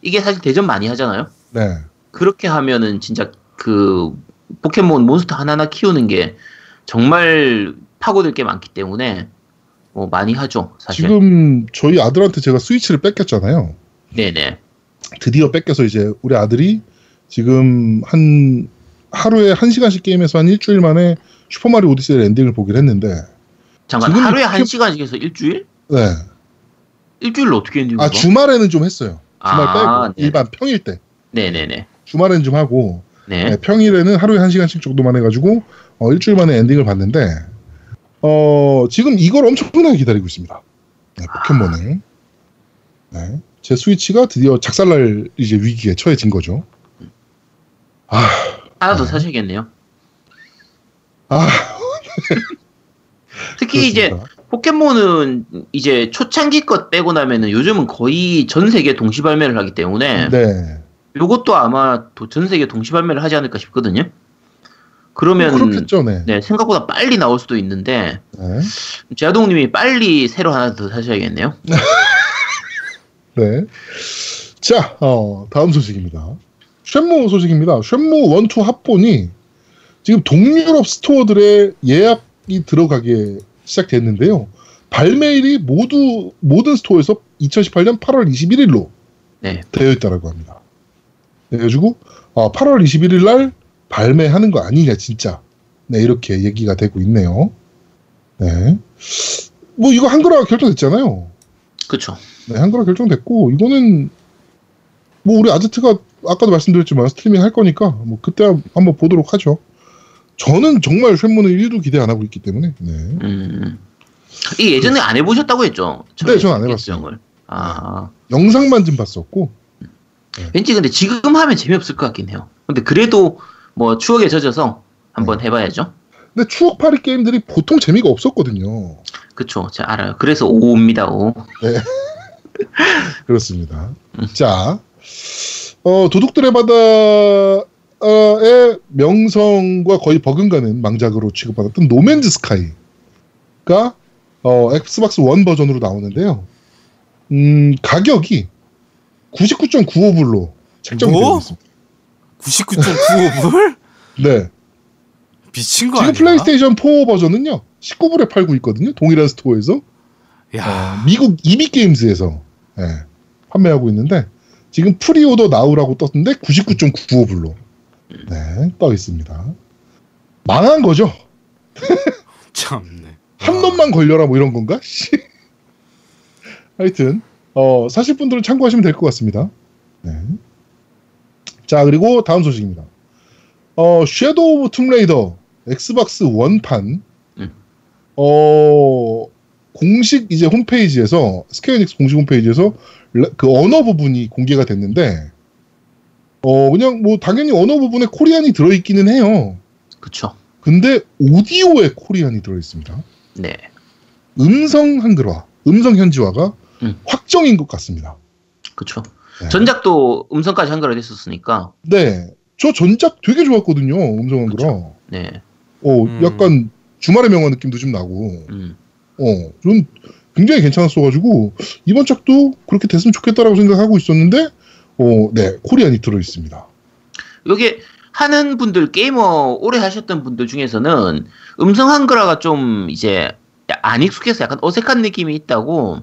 S2: 이게 사실 대전 많이 하잖아요.
S3: 네,
S2: 그렇게 하면은 진짜 그 포켓몬 몬스터 하나하나 키우는 게 정말 파고들 게 많기 때문에 뭐 많이 하죠 사실.
S3: 지금 저희 아들한테 제가 스위치를 뺏겼잖아요.
S2: 네네.
S3: 드디어 뺏겨서 이제 우리 아들이 지금 한 하루에 한 시간씩 게임해서 한 일주일 만에 슈퍼마리오 오디세이 엔딩을 보긴 했는데,
S2: 잠깐
S3: 지금
S2: 하루에 한
S3: 지금-
S2: 시간씩 해서 일주일?
S3: 네,
S2: 일주일로 어떻게 했는지 아, 네.
S3: 아 주말에는 좀 했어요. 주말 빼고 일반 평일 때
S2: 네네네.
S3: 주말엔 좀 하고
S2: 네.
S3: 네, 평일에는 하루에 한 시간씩 정도만 해가지고 어, 일주일 만에 엔딩을 봤는데 어, 지금 이걸 엄청나게 기다리고 있습니다. 네, 포켓몬을. 네, 제 스위치가 드디어 작살날 이제 위기에 처해진 거죠. 아,
S2: 하나 더 사셔야겠네요.
S3: 아,
S2: 특히 이제
S3: 그렇습니다.
S2: 포켓몬은 이제 초창기 것 빼고 나면은 요즘은 거의 전 세계 동시 발매를 하기 때문에
S3: 네,
S2: 요것도 아마 도- 전 세계 동시 발매를 하지 않을까 싶거든요. 그러면
S3: 그렇겠죠, 네.
S2: 네, 생각보다 빨리 나올 수도 있는데
S3: 네.
S2: 제아동님이 빨리 새로 하나 더 사셔야겠네요.
S3: 네. 자, 어, 다음 소식입니다. 쉔모 소식입니다. 쉔모 원투 합본이 지금 동유럽 스토어들의 예약이 들어가게 시작됐는데요. 발매일이 모두 모든 스토어에서 2018년 8월 21일로
S2: 네.
S3: 되어 있다라고 합니다. 그래가지고 아, 8월 21일 날 발매하는 거 아니냐 진짜. 네 이렇게 얘기가 되고 있네요. 네. 뭐 이거 한글화 결정됐잖아요.
S2: 그쵸.
S3: 네, 한글화 결정됐고 이거는 뭐 우리 아제트가 아까도 말씀드렸지만 스트리밍 할 거니까 뭐 그때 한- 한번 보도록 하죠. 저는 정말 쇳문을 1도 기대 안 하고 있기 때문에 네.
S2: 음. 이 예전에 안 해보셨다고 했죠?
S3: 그렇죠. 네, 저는 안 해봤어요.
S2: 예정을. 아,
S3: 영상만 좀 봤었고
S2: 왠지 근데 지금 하면 재미없을 것 같긴 해요. 근데 그래도 뭐 추억에 젖어서 한번 해봐야죠.
S3: 근데 추억팔이 게임들이 보통 재미가 없었거든요.
S2: 그쵸. 제가 알아요. 그래서 오입니다, 오.
S3: 그렇습니다.
S2: 음.
S3: 자, 어, 도둑들의 바다의 명성과 거의 버금가는 망작으로 취급받았던 노맨즈 스카이가 어, 엑스박스 원 버전으로 나오는데요. 음, 가격이 99.95불로 책정되어
S6: 뭐?
S3: 있습니다.
S6: 99.95불?
S3: 네.
S6: 미친 거
S3: 지금
S6: 아니야?
S3: 플레이스테이션 4 버전은요. 19불에 팔고 있거든요. 동일한 스토어에서.
S6: 야,
S3: 미국 이미 게임즈에서 예, 판매하고 있는데 지금 프리오더 나우라고 떴는데 99.95불로 네, 떠 있습니다. 망한 거죠.
S6: 참네. 아,
S3: 한 놈만 걸려라 뭐 이런 건가? 씨. 하여튼 어, 사실 분들은 참고하시면 될 것 같습니다. 네. 자 그리고 다음 소식입니다. 어, 섀도우 오브 툼레이더 엑스박스 원판
S2: 음.
S3: 어, 공식 이제 홈페이지에서 스퀘어닉스 공식 홈페이지에서 레- 그 언어 부분이 공개가 됐는데 어 그냥 뭐 당연히 언어 부분에 코리안이 들어있기는 해요.
S2: 그쵸.
S3: 근데 오디오에 코리안이 들어있습니다.
S2: 네.
S3: 음성 한글화, 음성 현지화가
S2: 음.
S3: 확정인 것 같습니다.
S2: 그쵸.
S3: 네.
S2: 전작도 음성까지 한글화 됐었으니까.
S3: 네. 저 전작 되게 좋았거든요. 음성 한글화.
S2: 네.
S3: 어,
S6: 음.
S3: 약간 주말의 명화 느낌도 좀 나고.
S2: 음.
S3: 어, 좀 굉장히 괜찮았어가지고 이번 작도 그렇게 됐으면 좋겠다라고 생각하고 있었는데, 어, 네, 코리안이 들어 있습니다.
S2: 요게 하는 분들, 게이머 오래 하셨던 분들 중에서는 음성 한글화가 좀 이제 안 익숙해서 약간 어색한 느낌이 있다고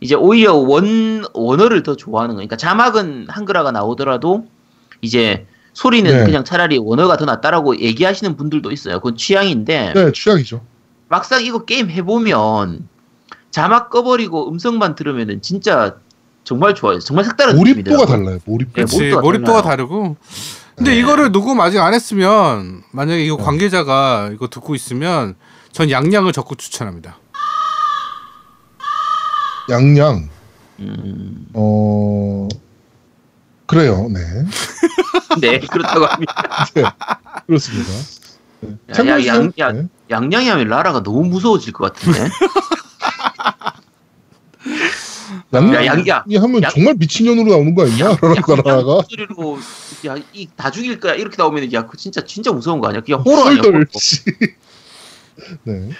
S2: 이제 오히려 원, 원어를 더 좋아하는 거니까 자막은 한글화가 나오더라도 이제 소리는
S3: 네.
S2: 그냥 차라리 원어가 더 낫다라고 얘기하시는 분들도 있어요. 그건 취향인데
S3: 네, 취향이죠.
S2: 막상 이거 게임 해보면 자막 꺼버리고 음성만 들으면은 진짜 정말 좋아요. 정말 색다른
S3: 몰입도가
S2: 느낌이더라고요.
S3: 달라요. 네. 몰입도.
S2: 네,
S6: 그렇지
S2: 몰입도가
S6: 몰입도가
S2: 달라요.
S6: 다르고. 근데 이거를 녹음 아직 안 했으면 만약에
S3: 네.
S6: 이거 관계자가 이거 듣고 있으면 전 양양을 적극 추천합니다.
S3: 양양.
S2: 음,
S3: 어, 그래요. 네,
S2: 네 그렇다고 합니다.
S3: 그렇습니다.
S2: 야, 야, 양, 야,
S3: 네.
S2: 양양이 하면 라라가 너무 무서워질 것 같은데.
S3: 양-
S2: 야, 양이야.
S3: 이 하면
S2: 양-
S3: 정말 미친년으로 나오는 거 아니냐? 그러니까 라라가
S2: 소리로 야이다 죽일 거야 이렇게 나오면 야 그거 진짜 진짜 무서운 거 아니야?
S3: 어,
S2: 그냥 호러 아니야? 호러.
S3: 똘똘. 씨. 네.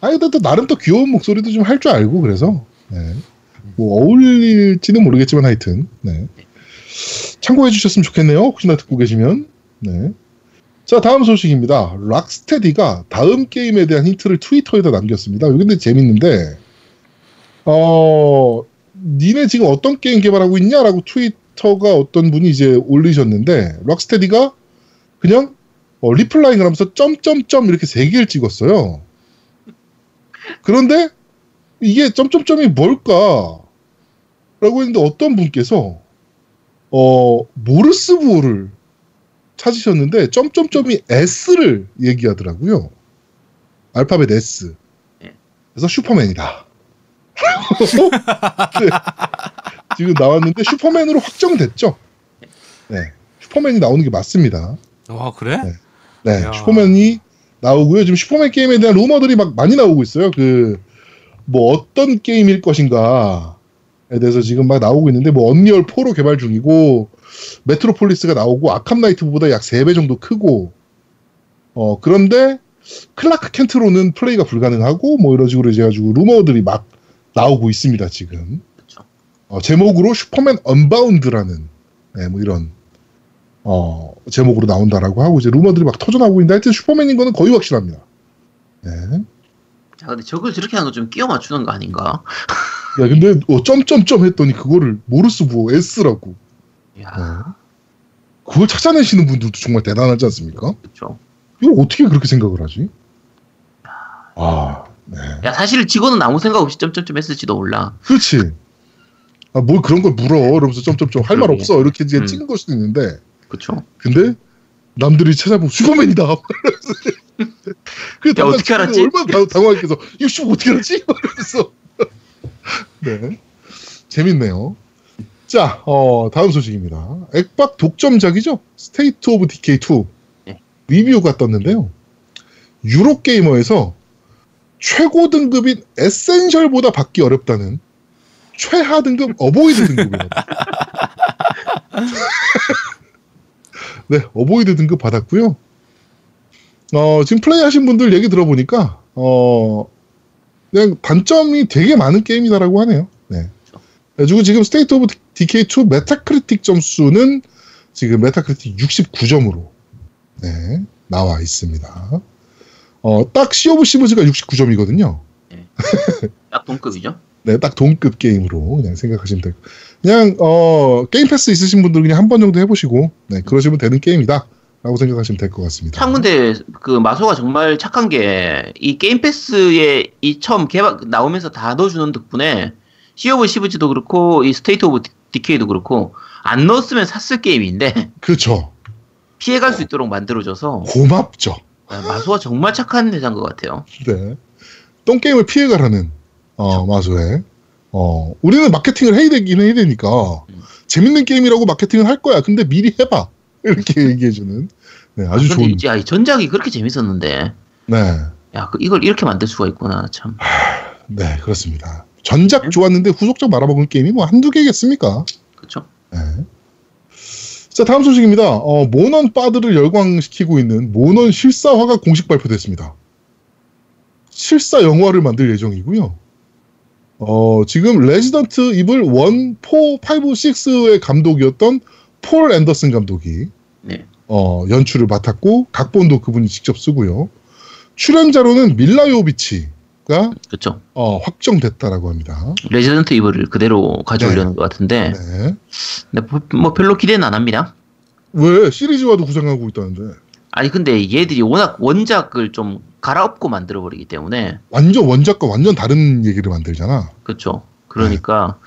S3: 아니 근데 또 나름 또 귀여운 목소리도 좀 할 줄 알고 그래서 네. 뭐 어울릴지는 모르겠지만 하여튼 네. 참고해 주셨으면 좋겠네요. 혹시나 듣고 계시면 네. 자 다음 소식입니다. 락스테디가 다음 게임에 대한 힌트를 트위터에다 남겼습니다. 이게 근데 재밌는데 어 니네 지금 어떤 게임 개발하고 있냐라고 트위터가 어떤 분이 이제 올리셨는데 락스테디가 그냥 어, 리플라잉을 하면서 점점점 이렇게 세 개를 찍었어요. 그런데 이게 점점점이 뭘까라고 했는데 어떤 분께서 어 모르스 부호를 찾으셨는데 점점점이 S를 얘기하더라고요. 알파벳 S.
S2: 예.
S3: 그래서 슈퍼맨이다. 네. 지금 나왔는데 슈퍼맨으로 확정됐죠. 네, 슈퍼맨이 나오는 게 맞습니다.
S6: 와 그래?
S3: 네. 네,
S6: 야.
S3: 슈퍼맨이 나오고요. 지금 슈퍼맨 게임에 대한 루머들이 막 많이 나오고 있어요. 그 뭐 어떤 게임일 것인가에 대해서 지금 막 나오고 있는데 뭐 언리얼 4로 개발 중이고 메트로폴리스가 나오고 아캄 나이트보다 약 3배 정도 크고 어 그런데 클라크 켄트로는 플레이가 불가능하고 뭐 이런 식으로 이제 가지고 루머들이 막 나오고 있습니다, 지금.
S2: 그쵸.
S3: 어, 제목으로 슈퍼맨 언바운드라는 네, 뭐 이런 어, 제목으로 나온다라고 하고 이제 루머들이 막 터져나오고 있는데 하여튼 슈퍼맨인 거는 거의 확실합니다. 네.
S2: 자, 근데 저걸 저렇게 하는 거 좀 끼워 맞추는 거 아닌가?
S3: 야 근데 어, 점점점 했더니 그거를 모르스 부호 S라고 네.
S2: 야,
S3: 그걸 찾아내시는 분들도 정말 대단하지 않습니까?
S2: 그렇죠.
S3: 이걸 어떻게 그렇게 생각을 하지? 아, 네.
S2: 야, 사실 직원은 아무 생각 없이 점점점 했을지도 몰라.
S3: 그렇지. 아, 뭘 그런 걸 물어. 이러면서 점점점 할 말
S2: 그러게.
S3: 없어. 이렇게 이제
S2: 음.
S3: 찍은 걸 수도 있는데.
S2: 그렇죠.
S3: 근데 남들이 찾아보면 슈퍼맨이다. 그
S2: 어떻게 알았지?
S3: 얼마나 당- 당황했겠어. 이거 슈퍼 어떻게 알았지? 그래서 네 재밌네요. 자, 어, 다음 소식입니다. 액박 독점작이죠. 스테이트 오브 디케이 2
S2: 네.
S3: 리뷰가 떴는데요. 유로 게이머에서 최고 등급인 에센셜보다 받기 어렵다는 최하 등급 어보이드 등급이라고. 네, 어보이드 등급 받았고요. 어, 지금 플레이하신 분들 얘기 들어보니까 어, 그냥 단점이 되게 많은 게임이다라고 하네요. 네. 그리고 지금 스테이트 오브 DK2 메타크리틱 점수는 지금 메타크리틱 69점으로 네, 나와 있습니다. 어, 딱 시오브 시브즈가 69점이거든요.
S2: 딱 동급이죠.
S3: 네, 딱 동급 게임으로 그냥 생각하시면 돼요. 그냥 어, 게임 패스 있으신 분들 은 그냥 한 번 정도 해보시고 네, 그러시면 되는 게임이다라고 생각하시면 될 것 같습니다.
S2: 참 근데 그 마소가 정말 착한 게 이 게임 패스에 이 처음 개발 나오면서 다 넣어주는 덕분에 시 오브 시브즈도 그렇고 이 스테이트 오브 디케이도 그렇고 안 넣었으면 샀을 게임인데
S3: 그렇죠.
S2: 피해갈 수 있도록 만들어줘서
S3: 고맙죠.
S2: 야, 마소가 정말 착한 회사인 것 같아요.
S3: 네. 똥 게임을 피해가라는 어, 마소에 어, 우리는 마케팅을 해야 되긴 해야 되니까
S2: 음.
S3: 재밌는 게임이라고 마케팅을 할 거야. 근데 미리 해봐 이렇게 얘기해주는 네, 아주
S2: 근데
S3: 좋은
S2: 이제 야, 이 전작이 그렇게 재밌었는데
S3: 네.
S2: 야, 그- 이걸 이렇게 만들 수가 있구나 참.
S3: 네 그렇습니다. 전작 좋았는데 후속작 말아먹은 게임이 뭐 한두 개겠습니까?
S2: 그렇죠.
S3: 네. 자 다음 소식입니다. 어, 모넌 바드를 열광시키고 있는 모넌 실사화가 공식 발표됐습니다. 실사 영화를 만들 예정이고요. 어, 지금 레지던트 이블 1, 4, 5, 6의 감독이었던 폴 앤더슨 감독이
S2: 네.
S3: 어, 연출을 맡았고 각본도 그분이 직접 쓰고요. 출연자로는 밀라 요비치가
S2: 그렇죠.
S3: 어, 확정됐다라고 합니다.
S2: 레지던트 이블을 그대로 가져오려는 것 같은데
S3: 네.
S2: 근데 뭐- 뭐 별로 기대는 안 합니다.
S3: 왜 시리즈화도 구상하고 있다는데
S2: 아니 근데 얘들이 워낙 원작을 좀 갈아엎고 만들어 버리기 때문에
S3: 완전 원작과 완전 다른 얘기를 만들잖아.
S2: 그렇죠. 그러니까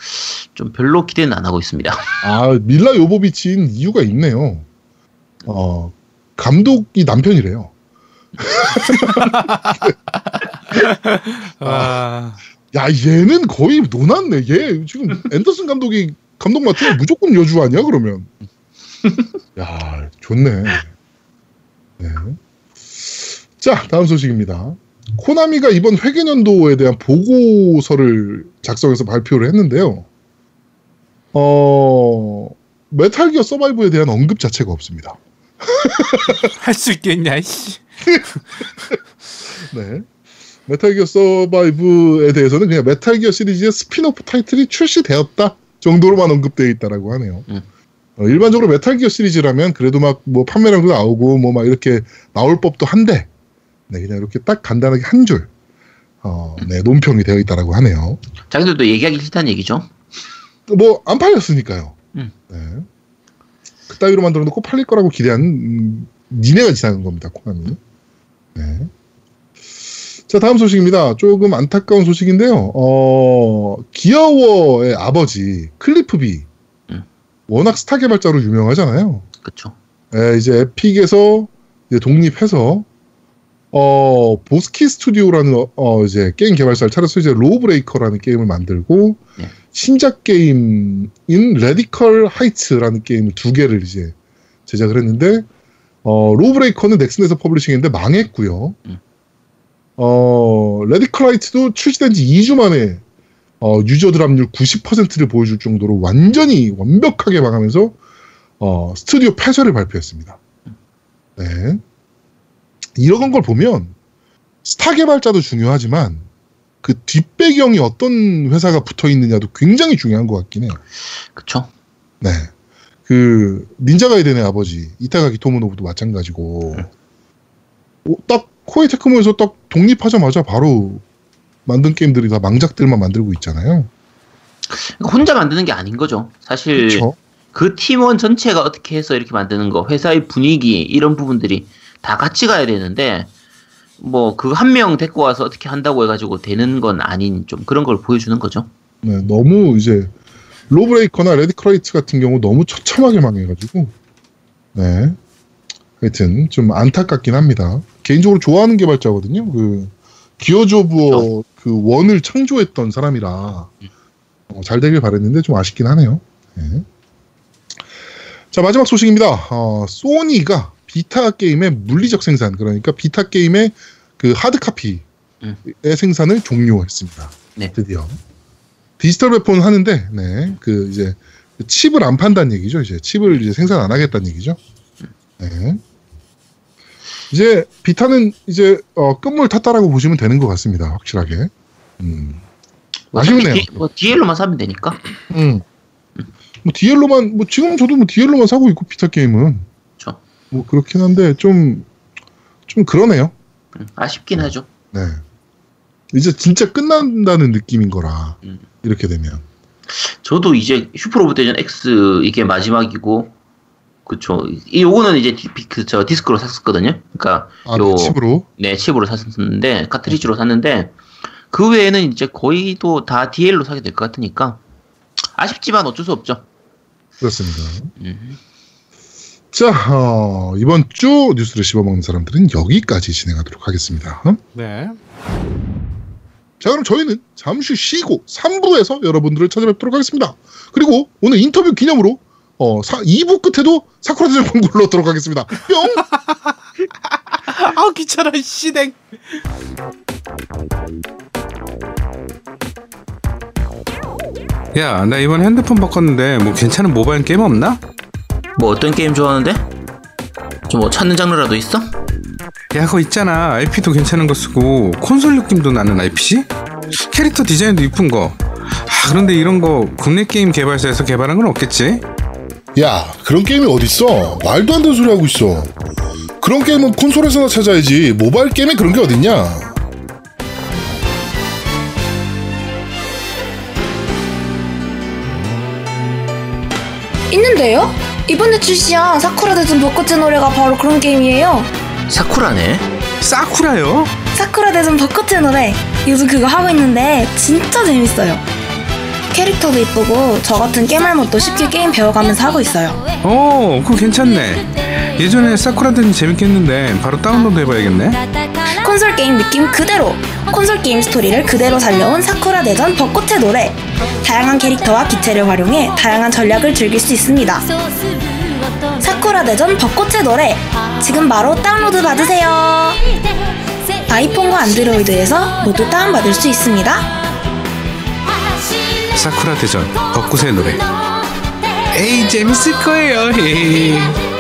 S2: 좀 별로 기대는 안 하고 있습니다.
S3: 아 밀라 요보비치인 이유가 있네요. 어 감독이 남편이래요.
S6: 아,
S3: 야 얘는 거의 노났네. 얘 지금 앤더슨 감독이 감독 맡으면 무조건 여주 아니야 그러면. 야 좋네. 네. 자 다음 소식입니다. 코나미가 이번 회계년도에 대한 보고서를 작성해서 발표를 했는데요. 어 메탈 기어 서바이브에 대한 언급 자체가 없습니다.
S6: 할 수 있겠냐 이씨.
S3: 네. 메탈기어 서바이브에 대해서는 그냥 메탈기어 시리즈의 스피노프 타이틀이 출시되었다 정도로만 언급되어 있다라고 하네요.
S2: 음.
S3: 어, 일반적으로 메탈기어 시리즈라면 그래도 막 뭐 판매량도 나오고 뭐 막 이렇게 나올 법도 한데 네, 그냥 이렇게 딱 간단하게 한 줄. 어, 네, 논평이 되어 있다라고 하네요.
S2: 자기들도 얘기하기 싫다는 얘기죠.
S3: 뭐 안 팔렸으니까요.
S2: 음.
S3: 네. 그따위로 만들어 놓고 팔릴 거라고 기대한 음, 니네가 지나간 겁니다. 코나미. 네. 자 다음 소식입니다. 조금 안타까운 소식인데요. 어, 기어워의 아버지 클리프비
S2: 음.
S3: 워낙 스타 개발자로 유명하잖아요.
S2: 그렇죠.
S3: 예, 이제 에픽에서 이제 독립해서 어 보스키 스튜디오라는 어, 어, 이제 게임 개발사를 차려서 이제 로브레이커라는 게임을 만들고
S2: 네.
S3: 신작 게임인 레디컬 하이츠라는 게임을 두 개를 이제 제작을 했는데 어 로브레이커는 넥슨에서 퍼블리싱했는데 망했고요.
S2: 음.
S3: 어 레디컬 하이츠도 출시된 지 2주 만에 어, 유저들 합률 90%를 보여줄 정도로 완전히 완벽하게 망하면서 어, 스튜디오 폐쇄를 발표했습니다. 네. 이런 걸 보면 스타 개발자도 중요하지만 그 뒷배경이 어떤 회사가 붙어 있느냐도 굉장히 중요한 것 같긴 해요.
S2: 그쵸?
S3: 네. 그 닌자 가이den의 아버지 이타가기 토모노부도 마찬가지고 어, 딱 코에이 테크모에서 딱 독립하자마자 바로 만든 게임들이 다 망작들만 만들고 있잖아요.
S2: 그러니까 혼자 만드는 게 아닌 거죠. 사실
S3: 그렇죠.
S2: 그 팀원 전체가 어떻게 해서 이렇게 만드는 거, 회사의 분위기 이런 부분들이 다 같이 가야 되는데 뭐 그 한 명 데리고 와서 어떻게 한다고 해가지고 되는 건 아닌 좀 그런 걸 보여주는 거죠.
S3: 네, 너무 이제 로브레이커나 레드크라이츠 같은 경우 너무 처참하게 망해가지고 네 하여튼 좀 안타깝긴 합니다. 개인적으로 좋아하는 개발자거든요. 그 기어즈 오브 워그 원을 창조했던 사람이라 어, 잘 되길 바랬는데 좀 아쉽긴 하네요. 네. 자 마지막 소식입니다. 어, 소니가 비타 게임의 물리적 생산 그러니까 비타 게임의 그 하드 카피의
S2: 음.
S3: 생산을 종료했습니다.
S2: 네.
S3: 드디어 디지털 배포는 하는데 네, 그 이제 칩을 안 판다는 얘기죠. 이제 칩을 이제 생산 안 하겠다는 얘기죠. 네. 이제 비타는 이제 어, 끝물 탔다라고 보시면 되는 것 같습니다. 확실하게. 음. 아쉽네요.
S2: 어차피 디- 뭐 DL로만 사면 되니까.
S3: 음. 뭐 디엘로만 뭐 지금 저도 뭐 디엘로만 사고 있고 비타 게임은
S2: 그쵸.
S3: 뭐 그렇긴 한데 좀 좀 그러네요.
S2: 음, 아쉽긴 하죠.
S3: 네. 이제 진짜 끝난다는 느낌인 거라
S2: 음.
S3: 이렇게 되면
S2: 저도 이제 슈퍼로봇 대전 X 이게 마지막이고 그쵸. 이 요거는 이제 디, 그, 저 디스크로 샀었거든요. 그러니까
S3: 아
S2: 요-
S3: 칩으로
S2: 네, 칩으로 샀었는데, 카트리지로 샀는데, 그 외에는 이제 거의 또 다 DL로 사게 될 것 같으니까, 아쉽지만 어쩔 수 없죠.
S3: 그렇습니다.
S2: 음.
S3: 자, 어, 이번 주 뉴스를 씹어먹는 사람들은 여기까지 진행하도록 하겠습니다. 어?
S6: 네.
S3: 자, 그럼 저희는 잠시 쉬고 3부에서 여러분들을 찾아뵙도록 하겠습니다. 그리고 오늘 인터뷰 기념으로 어, 사, 2부 끝에도 사쿠라 대전 광고를 넣도록 하겠습니다. 뿅!
S6: 아 귀찮아 씨댕.
S1: 야 나 이번 핸드폰 바꿨는데 뭐 괜찮은 모바일 게임 없나?
S2: 뭐 어떤 게임 좋아하는데? 좀 뭐 찾는 장르라도 있어?
S1: 야 그거 있잖아 IP도 괜찮은 거 쓰고 콘솔 느낌도 나는 IPC? 캐릭터 디자인도 이쁜 거 아, 그런데 이런 거 국내 게임 개발사에서 개발한 건 없겠지?
S7: 야, 그런 게임이 어딨어? 말도 안 되는 소리 하고 있어. 그런 게임은 콘솔에서나 찾아야지. 모바일 게임에 그런 게 어딨냐?
S4: 있는데요? 이번에 출시한 사쿠라 대전 벚꽃의 노래가 바로 그런 게임이에요.
S2: 사쿠라네?
S1: 사쿠라요?
S4: 사쿠라 대전 벚꽃의 노래 요즘 그거 하고 있는데 진짜 재밌어요. 캐릭터도 이쁘고 저 같은 깨말못도 쉽게 게임 배워가면서 하고 있어요.
S1: 어 그거 괜찮네 예전에 사쿠라 대전 재밌겠는데 바로 다운로드 해봐야겠네
S4: 콘솔 게임 느낌 그대로 콘솔 게임 스토리를 그대로 살려온 사쿠라 대전 벚꽃의 노래 다양한 캐릭터와 기체를 활용해 다양한 전략을 즐길 수 있습니다. 사쿠라 대전 벚꽃의 노래 지금 바로 다운로드 받으세요. 아이폰과 안드로이드에서 모두 다운받을 수 있습니다.
S6: 哎 哦
S1: 사쿠라 대전 벚꽃의 노래 에이 재밌을 거예요 헤헤.